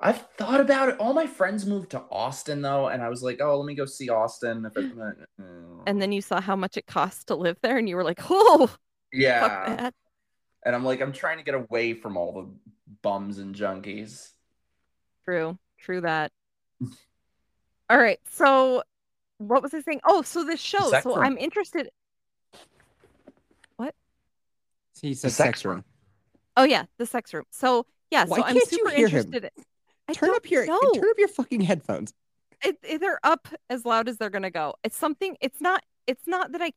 Speaker 2: I've thought about it. All my friends moved to Austin though, and I was like, "Oh, let me go see Austin." If it,
Speaker 4: And then you saw how much it costs to live there, and you were like, "Oh, fuck
Speaker 2: yeah,
Speaker 4: that!"
Speaker 2: and I'm like, I'm trying to get away from all the bums and junkies.
Speaker 4: True, true that. All right, so what was I saying? Oh, so this show.
Speaker 2: Sex
Speaker 4: so
Speaker 2: room.
Speaker 4: I'm interested.
Speaker 1: He said
Speaker 2: sex
Speaker 1: sex room.
Speaker 4: Oh yeah, the sex room. So yeah,
Speaker 1: Why
Speaker 4: so I'm
Speaker 1: can't you
Speaker 4: super
Speaker 1: hear him?
Speaker 4: interested. in- I
Speaker 1: Turn
Speaker 4: don't
Speaker 1: up your
Speaker 4: know.
Speaker 1: turn up your fucking headphones.
Speaker 4: it, it- they're up as loud as they're gonna go. It's something. It's not. It's not that I.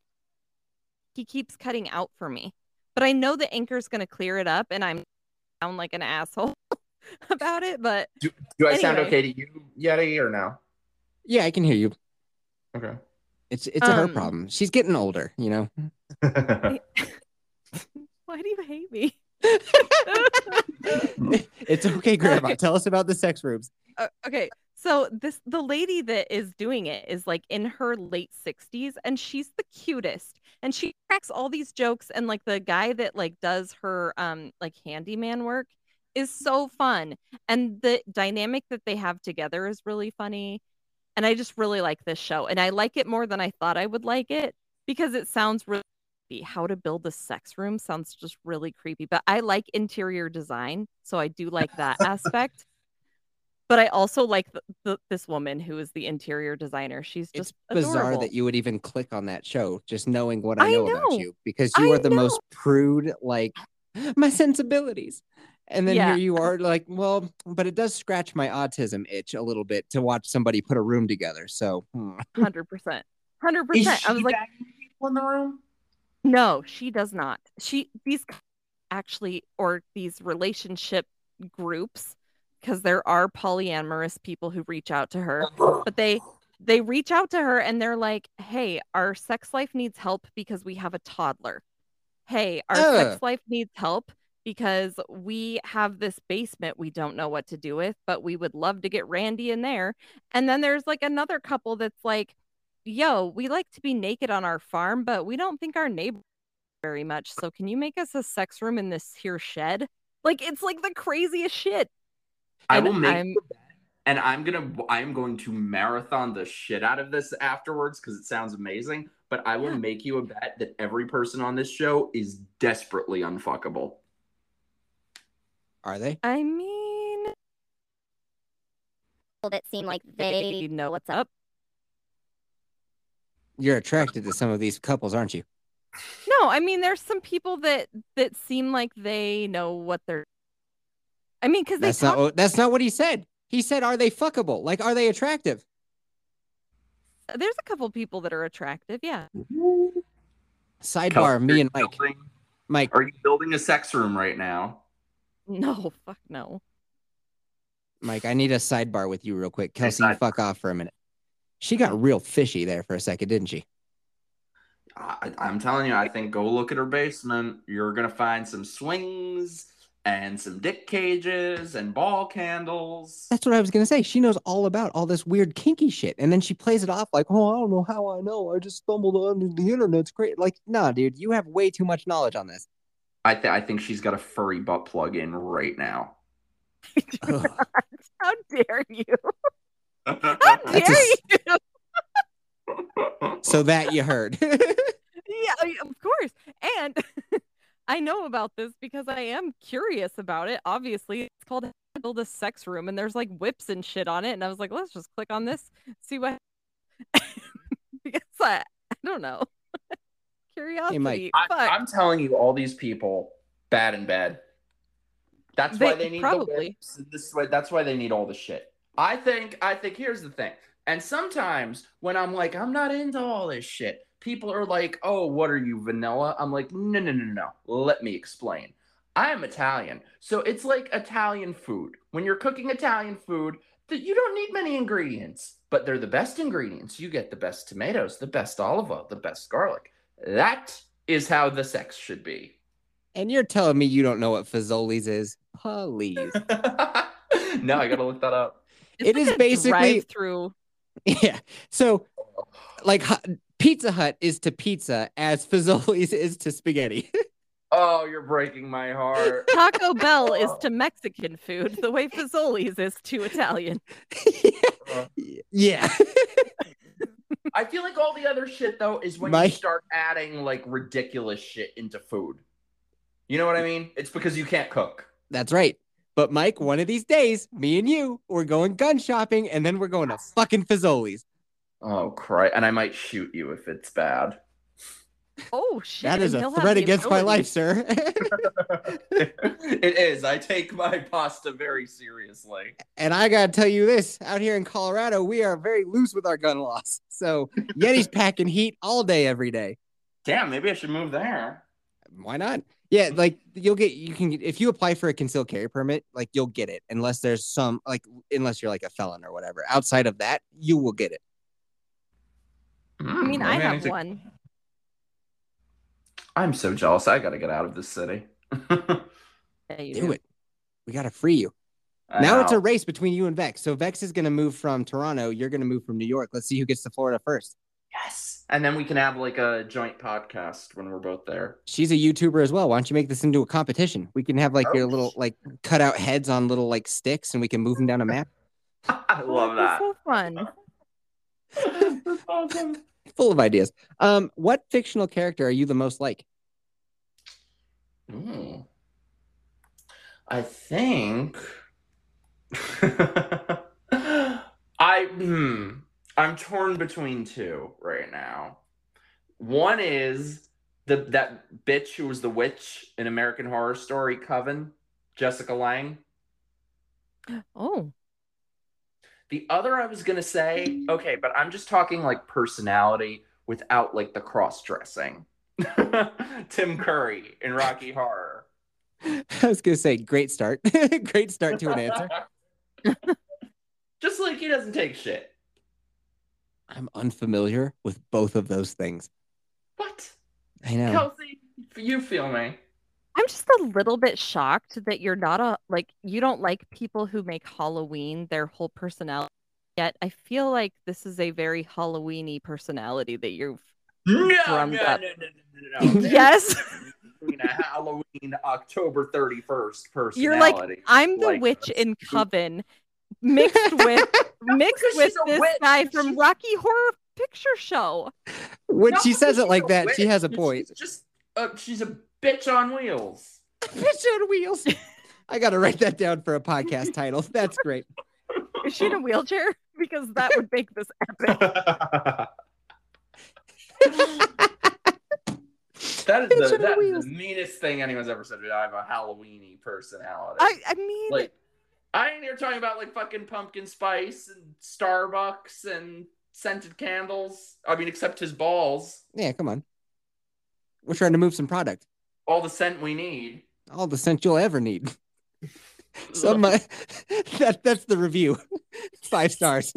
Speaker 4: He keeps cutting out for me, but I know the anchor's gonna clear it up, and I'm down like an asshole about it. But
Speaker 2: Do I sound
Speaker 4: Anyway.
Speaker 2: okay to you, Yeti, or no?
Speaker 1: Yeah, I can hear you.
Speaker 2: Okay.
Speaker 1: It's it's her
Speaker 4: Um,
Speaker 1: problem. She's getting older, you know.
Speaker 4: why do you hate me?
Speaker 1: it's okay, Grandma. Tell us about the sex rooms.
Speaker 4: Uh, okay, so this the lady that is doing it is like in her late sixties, and she's the cutest, and she cracks all these jokes, and like the guy that like does her um like handyman work is so fun, and the dynamic that they have together is really funny, and I just really like this show, and I like it more than I thought I would like it because it sounds really creepy. how to build a sex room sounds just really creepy but i like interior design so i do like that aspect but i also like the, the, this woman who is the interior designer she's
Speaker 1: It's
Speaker 4: just
Speaker 1: bizarre
Speaker 4: adorable.
Speaker 1: that you would even click on that show, just knowing what I
Speaker 4: I
Speaker 1: know,
Speaker 4: know.
Speaker 1: about you, because you
Speaker 4: I
Speaker 1: are the most prude, like my sensibilities. And then
Speaker 4: Yeah.
Speaker 1: here you are, like, well, but it does scratch my autism itch a little bit to watch somebody put a room together. So, hmm.
Speaker 4: 100% 100%
Speaker 2: Is
Speaker 4: i was
Speaker 2: she
Speaker 4: like
Speaker 2: banging people in the room?
Speaker 4: No, she does not. She these c- actually or these relationship groups because there are polyamorous people who reach out to her, but they they reach out to her and they're like, "Hey, our sex life needs help because we have a toddler. Hey, our
Speaker 1: Ugh.
Speaker 4: sex life needs help because we have this basement we don't know what to do with, but we would love to get Randy in there." And then there's like another couple that's like, yo, we like to be naked on our farm, but we don't think our neighbor very much. So can you make us a sex room in this here shed? Like it's like the craziest shit.
Speaker 2: I
Speaker 4: And
Speaker 2: will make
Speaker 4: I'm-
Speaker 2: you a bet and I'm gonna I'm going to marathon the shit out of this afterwards because it sounds amazing. But I will
Speaker 4: Yeah.
Speaker 2: make you a bet that every person on this show is desperately unfuckable.
Speaker 1: Are they?
Speaker 4: I mean,
Speaker 6: people that seem like
Speaker 4: they
Speaker 6: they
Speaker 4: know what's up.
Speaker 1: You're attracted to some of these couples, aren't you?
Speaker 4: No, I mean, there's some people that that seem like they know what they're. I mean, because they
Speaker 1: That's
Speaker 4: talk
Speaker 1: not. What, that's not what he said. He said, "Are they fuckable? Like, are they attractive?"
Speaker 4: there's a couple people that are attractive. Yeah.
Speaker 1: Mm. Sidebar:
Speaker 2: Kelsey,
Speaker 1: Me and
Speaker 2: are you
Speaker 1: Mike.
Speaker 2: building-
Speaker 1: Mike,
Speaker 2: Are you building a sex room right now?
Speaker 4: No, fuck no.
Speaker 1: Mike, I need a sidebar with you real quick. Kelsey, you
Speaker 2: sidebar.
Speaker 1: fuck off for a minute. She got real fishy there for a second, didn't she?
Speaker 2: I, I'm telling you, I think go look at her basement. You're gonna find some swings and some dick cages and ball candles.
Speaker 1: That's what I was gonna say. She knows all about all this weird kinky shit, and then she plays it off like, "Oh, I don't know how I know. I just stumbled on the internet's great." Like, nah, dude, you have way too much knowledge on this.
Speaker 2: I, th- I think she's got a furry butt plug in right now.
Speaker 1: Ugh.
Speaker 4: How dare you? How
Speaker 2: That's
Speaker 4: dare
Speaker 1: That's a s-
Speaker 4: you?
Speaker 1: so that you heard.
Speaker 4: yeah, I- of course. And I know about this because I am curious about it. Obviously, it's called How to Build a Sex Room, and there's like whips and shit on it. And I was like, let's just click on this, see what. because I, I don't know. Curiosity.
Speaker 2: I,
Speaker 4: fuck.
Speaker 2: I'm telling you, all these people bad in bed. That's why
Speaker 4: They-
Speaker 2: they need The
Speaker 4: probably.
Speaker 2: whips. and This way, that's why they need all the shit. I think. I think. Here's the thing. And sometimes when I'm like, I'm not into all this shit. People are like, Oh, what are you, vanilla? I'm like, No, no, no, no. Let me explain. I am Italian, so it's like Italian food. When you're cooking Italian food, that you don't need many ingredients, but they're the best ingredients. You get the best tomatoes, the best olive oil, the best garlic. That is how the sex should be.
Speaker 1: and you're telling me you don't know what Fazoli's is? Please.
Speaker 2: no, I gotta look that up.
Speaker 1: it is basically-
Speaker 4: through.
Speaker 1: yeah. So, like, hu- Pizza Hut is to pizza as Fazoli's is to spaghetti.
Speaker 2: Oh, you're breaking my heart.
Speaker 4: Taco Bell is to Mexican food the way Fazoli's is to Italian.
Speaker 1: yeah.
Speaker 2: I feel like all the other shit though is when you
Speaker 1: Mike-
Speaker 2: start adding like ridiculous shit into food. You know what I mean? It's because you can't cook.
Speaker 1: That's right. But Mike, one of these days, me and you, we're going gun shopping, and then we're going to fucking Fazoli's.
Speaker 2: Oh Christ! And I might shoot you if it's bad.
Speaker 4: Oh shit!
Speaker 1: That is
Speaker 4: and
Speaker 1: a
Speaker 4: he'll have
Speaker 1: threat
Speaker 4: the
Speaker 1: against my
Speaker 4: ability-
Speaker 1: life, sir.
Speaker 2: it is. I take my pasta very seriously.
Speaker 1: and I gotta tell you this: out here in Colorado, we are very loose with our gun laws. So Yeti's packing heat all day, every day.
Speaker 2: Damn, maybe I should move there.
Speaker 1: why not? Yeah, like you'll get you can get- if you apply for a concealed carry permit, like you'll get it unless there's some like unless you're like a felon or whatever. Outside of that, you will get it.
Speaker 4: I mean,
Speaker 2: Oh,
Speaker 4: I have
Speaker 2: one.
Speaker 4: one.
Speaker 2: I'm so jealous. I gotta get out of this city.
Speaker 4: Yeah, you
Speaker 1: Do it. We gotta free you. now it's a
Speaker 2: Ow.
Speaker 1: race between you and Vex. So Vex is gonna move from Toronto. You're gonna move from New York. Let's see who gets to Florida first.
Speaker 2: yes, and then we can have like a joint podcast when we're both there.
Speaker 1: She's a YouTuber as well. Why don't you make this into a competition? We can have like your
Speaker 2: Oh.
Speaker 1: little like cut out heads on little like sticks, and we can move them down a map
Speaker 2: I
Speaker 4: Oh,
Speaker 2: love
Speaker 4: that'd be So fun.
Speaker 2: that. That's awesome.
Speaker 1: full of ideas. Um, what fictional character are you the most like?
Speaker 2: Mm. I think I hmm, I'm torn between two right now. One is the that bitch who was the witch in American Horror Story Coven, Jessica Lange.
Speaker 4: Oh,
Speaker 2: The other I was gonna say, okay, but I'm just talking like personality without like the cross dressing. Tim Curry in Rocky Horror.
Speaker 1: I was gonna say, great start, great start to an answer.
Speaker 2: just like he doesn't take shit.
Speaker 1: I'm unfamiliar with both of those things.
Speaker 2: What?
Speaker 1: I know.
Speaker 2: Kelsey, you feel me.
Speaker 4: I'm just a little bit shocked that you're not a like you don't like people who make Halloween their whole personality. Yet I feel like this is a very Halloweeny personality that you've.
Speaker 2: No,
Speaker 4: Drummed up.
Speaker 2: no, no, no, no.
Speaker 4: Yes,
Speaker 2: Between a Halloween October 31st personality.
Speaker 4: You're like, uh, I'm the
Speaker 2: Like,
Speaker 4: witch in
Speaker 2: spook-
Speaker 4: Coven, mixed with mixed
Speaker 2: because
Speaker 4: with
Speaker 2: she's a
Speaker 4: this
Speaker 2: witch.
Speaker 4: guy from
Speaker 2: She's-
Speaker 4: Rocky Horror Picture Show.
Speaker 1: When
Speaker 2: No,
Speaker 1: she says
Speaker 2: she's
Speaker 1: it like
Speaker 2: a
Speaker 1: that, she
Speaker 2: witch.
Speaker 1: has a point.
Speaker 2: She's just uh, she's a bitch on wheels.
Speaker 1: Bitch on wheels. I gotta write that down for a podcast title. That's great.
Speaker 4: Is she in a wheelchair? Because that would make this epic.
Speaker 2: that is,
Speaker 1: Bitch
Speaker 2: the,
Speaker 1: on
Speaker 2: that is
Speaker 1: wheels.
Speaker 2: the meanest thing anyone's ever said. I have a Halloweeny personality.
Speaker 4: I, I mean,
Speaker 2: like I ain't here talking about like fucking pumpkin spice and Starbucks and scented candles. I mean, except his balls,
Speaker 1: Yeah, come on. We're trying to move some product.
Speaker 2: all the scent we need.
Speaker 1: All the scent you'll ever need. Some might, that that's the review. Five stars.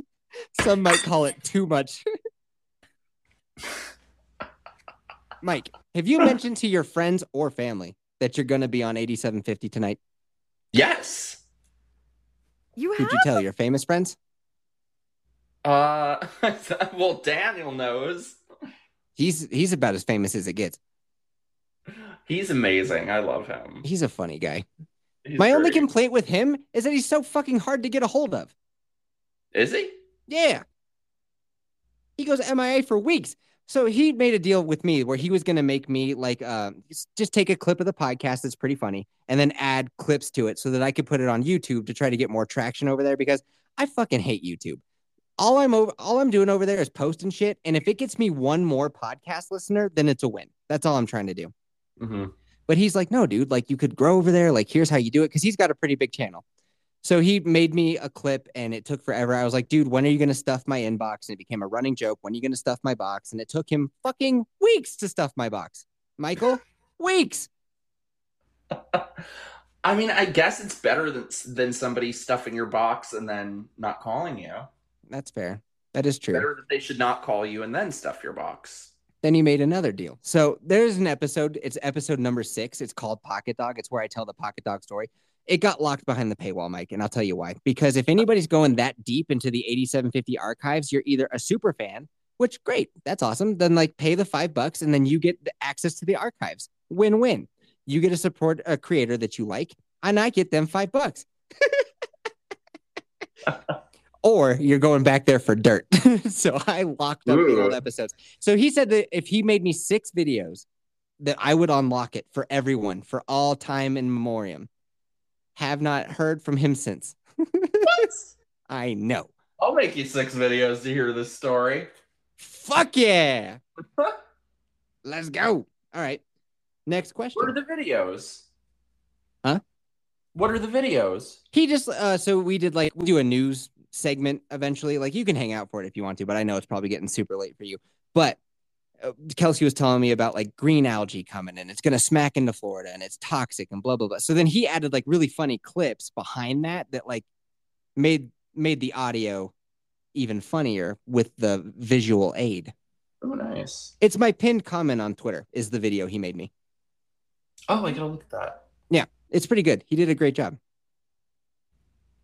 Speaker 1: Some might call it too much. Mike, have you mentioned to your friends or family that you're gonna be on 8750 tonight?
Speaker 2: yes.
Speaker 4: you have
Speaker 1: Who'd you tell your famous friends?
Speaker 2: Uh, well, Daniel knows.
Speaker 1: He's he's about as famous as it gets.
Speaker 2: He's amazing. I love him.
Speaker 1: He's a funny guy.
Speaker 2: He's
Speaker 1: My only
Speaker 2: great.
Speaker 1: complaint with him is that he's so fucking hard to get a hold of.
Speaker 2: is he?
Speaker 1: Yeah. He goes MIA for weeks. So he made a deal with me where he was going to make me like uh, s- just take a clip of the podcast that's pretty funny and then add clips to it so that I could put it on YouTube to try to get more traction over there because I fucking hate YouTube. All I'm over, all I'm doing over there is posting shit, and if it gets me one more podcast listener, then it's a win. That's all I'm trying to do.
Speaker 2: Mm-hmm.
Speaker 1: But he's like, no, dude, like you could grow over there. Like, here's how you do it. Cause he's got a pretty big channel. So he made me a clip and it took forever. I was like, dude, when are you going to stuff my inbox? And it became a running joke. When are you going to stuff my box? And it took him fucking weeks to stuff my box. Michael, weeks.
Speaker 2: I mean, I guess it's better than than somebody stuffing your box and then not calling you.
Speaker 1: That's fair. That is true.
Speaker 2: Better that they should not call you and then stuff your box.
Speaker 1: Then he made another deal. So there's an episode. It's episode number six. It's called Pocket Dog. It's where I tell the Pocket Dog story. It got locked behind the paywall, Mike, and I'll tell you why. Because if anybody's going that deep into the 8750 archives, you're either a super fan, which great, that's awesome. Then like pay the five bucks, and then you get the access to the archives. Win-win. You get to support a creator that you like, and I get them five bucks. or you're going back there for dirt. so I locked up the old
Speaker 2: Ooh.
Speaker 1: episodes. So he said that if he made me six videos, that I would unlock it for everyone for all time in memoriam. Have not heard from him since.
Speaker 2: What?
Speaker 1: I know.
Speaker 2: I'll make you six videos to hear this story.
Speaker 1: Fuck yeah. Let's go. All right. Next question.
Speaker 2: What are the videos?
Speaker 1: Huh?
Speaker 2: What are the videos?
Speaker 1: He just uh so we did like we do a news segment eventually. Like you can hang out for it if you want to, but I know it's probably getting super late for you. But uh, Kelsey was telling me about like green algae coming in. It's going to smack into Florida and it's toxic and blah blah blah. So then he added like really funny clips behind that that like made made the audio even funnier with the visual aid.
Speaker 2: Oh, nice.
Speaker 1: It's my pinned comment on Twitter is the video he made me.
Speaker 2: Oh, I gotta look at that.
Speaker 1: It's pretty good. He did a great job.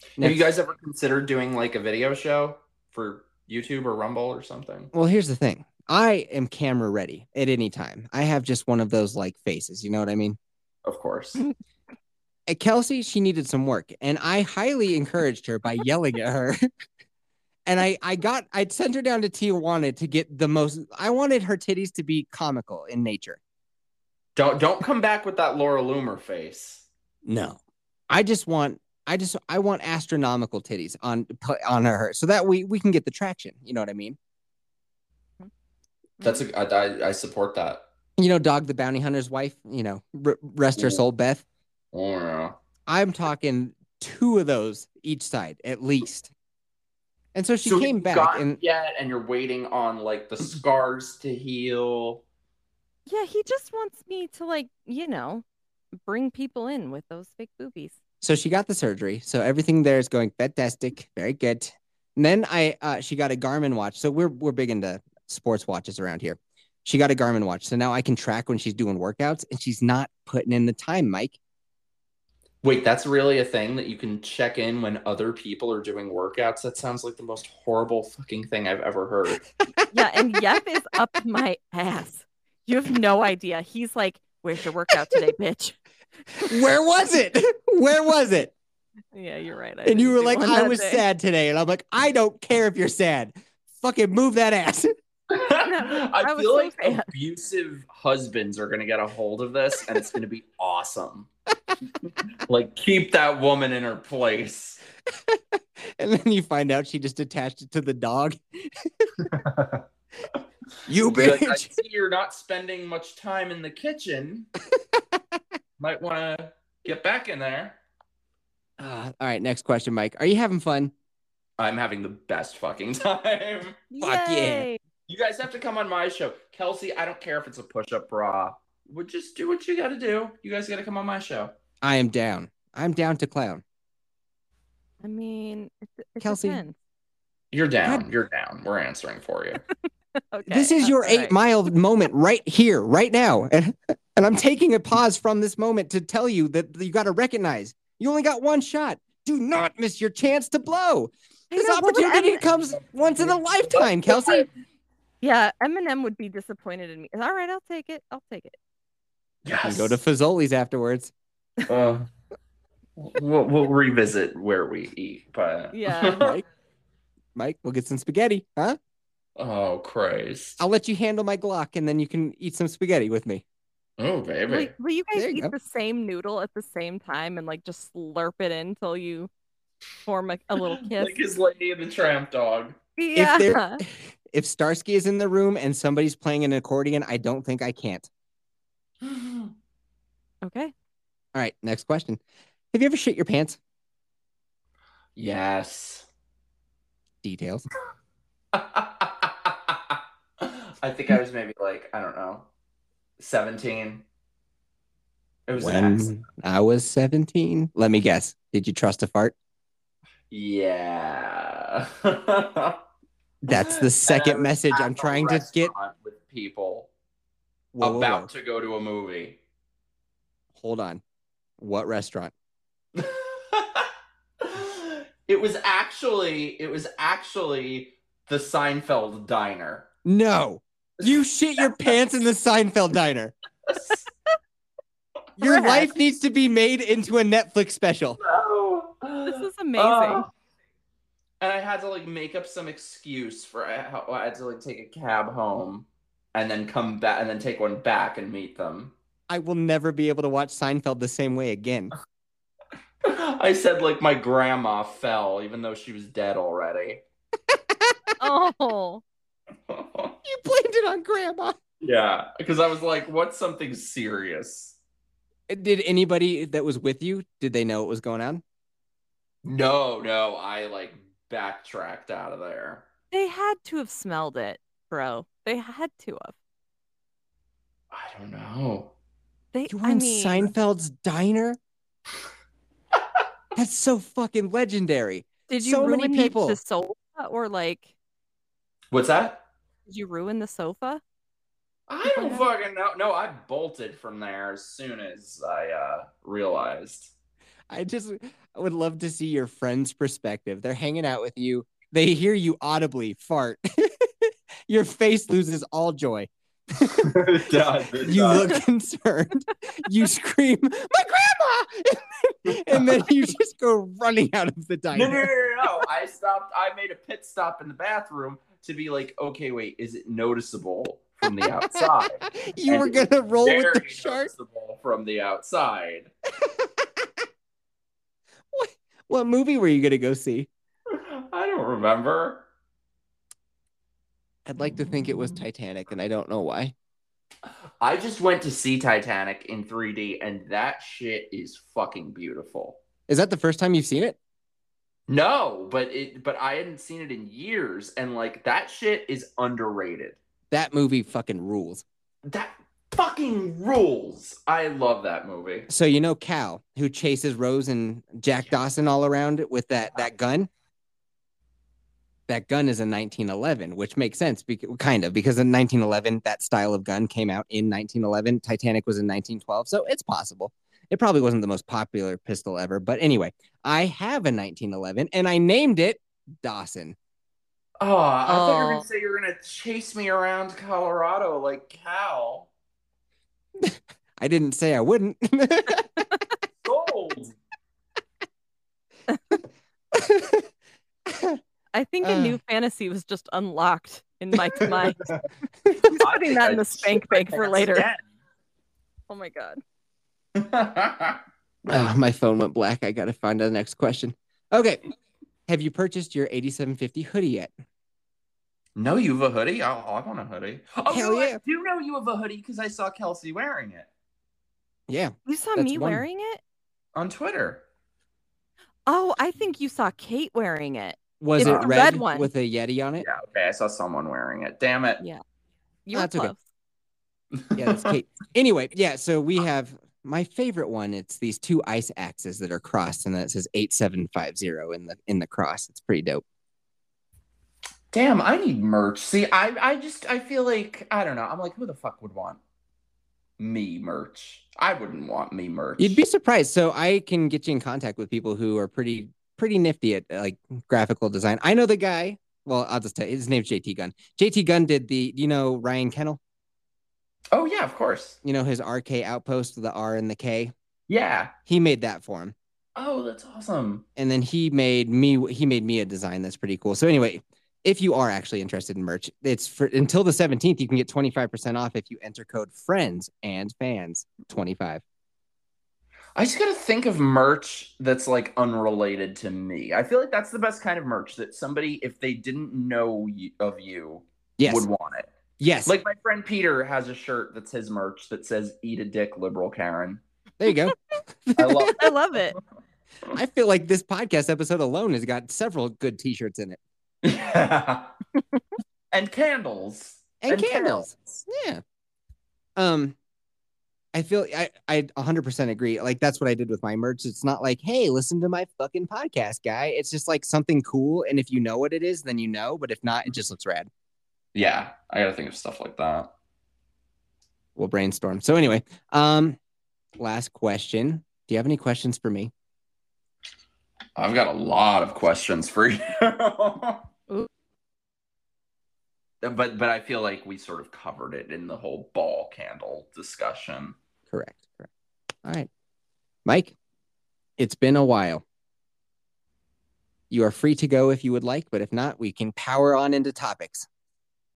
Speaker 2: Have
Speaker 1: Next.
Speaker 2: you guys ever considered doing like a video show for YouTube or Rumble or something?
Speaker 1: Well, here's the thing. I am camera ready at any time. I have just one of those like faces. You know what I mean?
Speaker 2: Of course.
Speaker 1: Hmm. At Kelsey, she needed some work, and I highly encouraged her by yelling at her. and I, I got, I sent her down to Tijuana to get the most. I wanted her titties to be comical in nature.
Speaker 2: don't don't come back with that Laura Loomer face.
Speaker 1: No, I just want, I just, I want astronomical titties on on her, so that we we can get the traction. You know what I mean? Hmm.
Speaker 2: That's a I I, I support that.
Speaker 1: You know, dog the bounty hunter's wife. You know, r- rest her
Speaker 2: Yeah.
Speaker 1: soul, Beth.
Speaker 2: Oh no.
Speaker 1: I'm talking two of those each side at least. And so she
Speaker 2: So
Speaker 1: came
Speaker 2: you've
Speaker 1: back
Speaker 2: gotten
Speaker 1: and
Speaker 2: yet, and you're waiting on like the scars to heal.
Speaker 4: yeah, he just wants me to like, you know, bring people in with those fake boobies.
Speaker 1: so she got the surgery. So everything there is going fantastic, very good. And then I uh, she got a Garmin watch. So we're we're big into sports watches around here. She got a Garmin watch. So now I can track when she's doing workouts and she's not putting in the time, Mike.
Speaker 2: Wait, that's really a thing that you can check in when other people are doing workouts. That sounds like the most horrible fucking thing I've ever heard.
Speaker 4: Yeah, and Yep is up my ass. You have no idea. He's like, "Where's your workout today, bitch?"
Speaker 1: Where was it? Where was it?
Speaker 4: Yeah, you're right. I
Speaker 1: and you
Speaker 4: didn't
Speaker 1: were
Speaker 4: do
Speaker 1: like,
Speaker 4: one
Speaker 1: I
Speaker 4: that
Speaker 1: was
Speaker 4: day.
Speaker 1: sad today. And I'm like, I don't care if you're sad. Fucking move that ass.
Speaker 4: I
Speaker 2: I,
Speaker 4: was
Speaker 2: feel
Speaker 4: so
Speaker 2: like
Speaker 4: sad.
Speaker 2: abusive husbands are going to get a hold of this and it's going to be awesome. like, keep that woman in her place.
Speaker 1: And then you find out she just attached it to the dog. you
Speaker 2: Like, I
Speaker 1: bitch.
Speaker 2: see you're not spending much time in the kitchen. Might want to get back in there.
Speaker 1: Ah, all right, next question, Mike. Are you having fun?
Speaker 2: I'm having the best fucking time.
Speaker 1: Fuck yeah.
Speaker 4: Yay.
Speaker 2: You guys have to come on my show. Kelsey, I don't care if it's a push up bra. Would just do what you got to do. You guys got to come on my show.
Speaker 1: I am down. I'm down to clown.
Speaker 4: I mean, it, it
Speaker 1: Kelsey,
Speaker 4: depends.
Speaker 2: You're down.
Speaker 1: God.
Speaker 2: You're down. We're answering for you.
Speaker 4: Okay,
Speaker 1: this is your
Speaker 4: all
Speaker 1: eight
Speaker 4: right.
Speaker 1: mile moment right here, right now. And, and I'm taking a pause from this moment to tell you that you got to recognize you only got one shot. Do not miss your chance to blow.
Speaker 4: I
Speaker 1: This
Speaker 4: know, what would
Speaker 1: opportunity
Speaker 4: Emin-
Speaker 1: comes once in a lifetime, Kelsey.
Speaker 4: Yeah, Eminem would be disappointed in me. All right, I'll take it. I'll take it.
Speaker 1: You
Speaker 2: Yes.
Speaker 1: go to Fazoli's afterwards.
Speaker 2: Uh, we'll, we'll revisit where we eat, but
Speaker 4: Yeah.
Speaker 1: Mike, Mike, we'll get some spaghetti, huh?
Speaker 2: oh Christ!
Speaker 1: I'll let you handle my Glock and then you can eat some spaghetti with me.
Speaker 2: oh
Speaker 4: Will,
Speaker 2: baby,
Speaker 4: y- will you guys
Speaker 1: There you
Speaker 4: eat
Speaker 1: go.
Speaker 4: the same noodle at the same time and like just slurp it in until you form a, a little kiss?
Speaker 2: like his lady and the tramp dog.
Speaker 4: yeah.
Speaker 1: they're- If Starsky is in the room and somebody's playing an accordion, I don't think I can't.
Speaker 4: Okay.
Speaker 1: All right, next question. Have you ever shit your pants?
Speaker 2: Yes.
Speaker 1: Details.
Speaker 2: I think I was maybe like I don't know, seventeen. It was an accident.
Speaker 1: when I was 17. Let me guess. Did you trust a fart?
Speaker 2: Yeah.
Speaker 1: That's
Speaker 2: And I
Speaker 1: the second
Speaker 2: was
Speaker 1: message
Speaker 2: at
Speaker 1: I'm
Speaker 2: the
Speaker 1: trying to get.
Speaker 2: restaurant with people
Speaker 1: Whoa, whoa, whoa.
Speaker 2: about to go to a movie.
Speaker 1: Hold on. What restaurant?
Speaker 2: it was actually it was actually the Seinfeld diner.
Speaker 1: No. You shit your pants in the Seinfeld diner. Your
Speaker 4: Correct.
Speaker 1: life needs to be made into a Netflix special.
Speaker 2: Oh,
Speaker 4: This is amazing.
Speaker 2: uh, and I had to like make up some excuse for how I had to like take a cab home and then come back and then take one back and meet them.
Speaker 1: I will never be able to watch Seinfeld the same way again.
Speaker 2: I said like my grandma fell even though she was dead already.
Speaker 4: oh.
Speaker 1: You blamed it on grandma.
Speaker 2: yeah, because I was like, what's something serious?
Speaker 1: Did anybody that was with you, did they know what was going on?
Speaker 2: No, no, I like backtracked out of there.
Speaker 4: They had to have smelled it, bro. They had to have.
Speaker 2: I don't know.
Speaker 4: They
Speaker 1: You were
Speaker 4: I
Speaker 1: in
Speaker 4: mean,
Speaker 1: Seinfeld's diner? That's so fucking legendary.
Speaker 4: did you
Speaker 1: so
Speaker 4: ruin
Speaker 1: many
Speaker 4: the-
Speaker 1: people.
Speaker 4: the sofa or like
Speaker 2: What's that?
Speaker 4: did you ruin the sofa?
Speaker 2: I
Speaker 4: Why
Speaker 2: don't
Speaker 4: not?
Speaker 2: fucking know. No, I bolted from there as soon as I uh, realized.
Speaker 1: I just I would love to see your friend's perspective. They're hanging out with you. They hear you audibly fart. your face loses all joy.
Speaker 2: it does.
Speaker 1: You look concerned. You scream, "My grandma!" and then you just go running out of the
Speaker 2: No, no, no,
Speaker 1: diner.
Speaker 2: no, no. I stopped. I made a pit stop in the bathroom to be like, okay, wait, is it noticeable from the outside?
Speaker 1: You
Speaker 2: And
Speaker 1: were
Speaker 2: it was
Speaker 1: gonna roll with the
Speaker 2: very
Speaker 1: shark.
Speaker 2: noticeable From the outside.
Speaker 1: What movie were you gonna go see?
Speaker 2: I don't remember.
Speaker 1: I'd like to think it was Titanic, and I don't know why.
Speaker 2: I just went to see Titanic in 3D, and that shit is fucking beautiful.
Speaker 1: Is that the first time you've seen it?
Speaker 2: No, but it but I hadn't seen it in years, and like that shit is underrated.
Speaker 1: That movie fucking rules.
Speaker 2: That fucking rules. I love that movie.
Speaker 1: So you know Cal, who chases Rose and Jack Dawson all around with that that gun. That gun is a 1911, which makes sense, bec kind of, because in 1911 that style of gun came out in 1911. Titanic was in 1912, so it's possible. It probably wasn't the most popular pistol ever, but anyway, I have a 1911, and I named it Dawson.
Speaker 2: Oh, I thought you were
Speaker 4: Oh.
Speaker 2: gonna say you were gonna chase me around Colorado like Cal.
Speaker 1: I didn't say I wouldn't.
Speaker 2: Sold.
Speaker 4: I think a new
Speaker 1: Uh.
Speaker 4: fantasy was just unlocked in Mike's mind.
Speaker 2: I'm
Speaker 4: putting that in the spank bank for later. Oh my god.
Speaker 1: Oh, my phone went black. I gotta find the next question. Okay. Have you purchased your 8750 hoodie yet?
Speaker 2: no, you have a hoodie. I, I want a hoodie. Oh,
Speaker 1: Hell
Speaker 2: no,
Speaker 1: yeah.
Speaker 2: I do know you have a hoodie because I saw Kelsey wearing it
Speaker 1: Yeah.
Speaker 4: You saw
Speaker 1: That's
Speaker 4: me
Speaker 1: one.
Speaker 4: wearing it?
Speaker 2: on Twitter.
Speaker 4: Oh, I think you saw Kate wearing it.
Speaker 1: Was
Speaker 4: It's
Speaker 1: it
Speaker 4: the
Speaker 1: red,
Speaker 4: red one.
Speaker 1: with a Yeti on it?
Speaker 2: Yeah, okay, I saw someone wearing it. Damn it.
Speaker 4: You were
Speaker 1: That's okay.
Speaker 4: close.
Speaker 1: Yeah, that's Kate. anyway, yeah, so we have my favorite one. It's these two ice axes that are crossed, and then it says 8750 in the in the cross. It's pretty dope.
Speaker 2: Damn, I need merch. See, I, I just, I feel like, I don't know. I'm like, who the fuck would want me merch? I wouldn't want me merch.
Speaker 1: You'd be surprised. So I can get you in contact with people who are pretty pretty nifty at uh, like graphical design. I know the guy. Well, I'll just tell you his name's JT Gunn. JT Gunn did the you know Ryan Kennel,
Speaker 2: Oh, yeah, of course.
Speaker 1: you know his RK outpost, the R and the K.
Speaker 2: Yeah.
Speaker 1: He made that for him.
Speaker 2: Oh, that's awesome.
Speaker 1: and then he made me he made me a design that's pretty cool. So anyway, if you are actually interested in merch, it's for until the 17th you can get 25% off if you enter code friends and fans 25.
Speaker 2: I just gotta think of merch that's like unrelated to me. I feel like that's the best kind of merch that somebody, if they didn't know you, of you,
Speaker 1: Yes.
Speaker 2: would want it.
Speaker 1: yes.
Speaker 2: Like my friend Peter has a shirt that's his merch that says "Eat a dick, liberal Karen."
Speaker 1: there you go.
Speaker 2: I love.
Speaker 4: I love it.
Speaker 1: I feel like this podcast episode alone has got several good t-shirts in it.
Speaker 2: Yeah. and candles.
Speaker 1: And, candles. Yeah. Um I feel I I 100% agree. Like that's what I did with my merch. It's not like, "Hey, listen to my fucking podcast, guy." It's just like something cool and if you know what it is, then you know, but if not, it just looks rad.
Speaker 2: Yeah, I gotta think of stuff like that.
Speaker 1: we'll brainstorm. So anyway, um, last question. Do you have any questions for me?
Speaker 2: I've got a lot of questions for you.
Speaker 4: Ooh.
Speaker 2: But but I feel like we sort of covered it in the whole ball candle discussion.
Speaker 1: Correct. Correct. All right, Mike. It's been a while. You are free to go if you would like, but if not, we can power on into topics.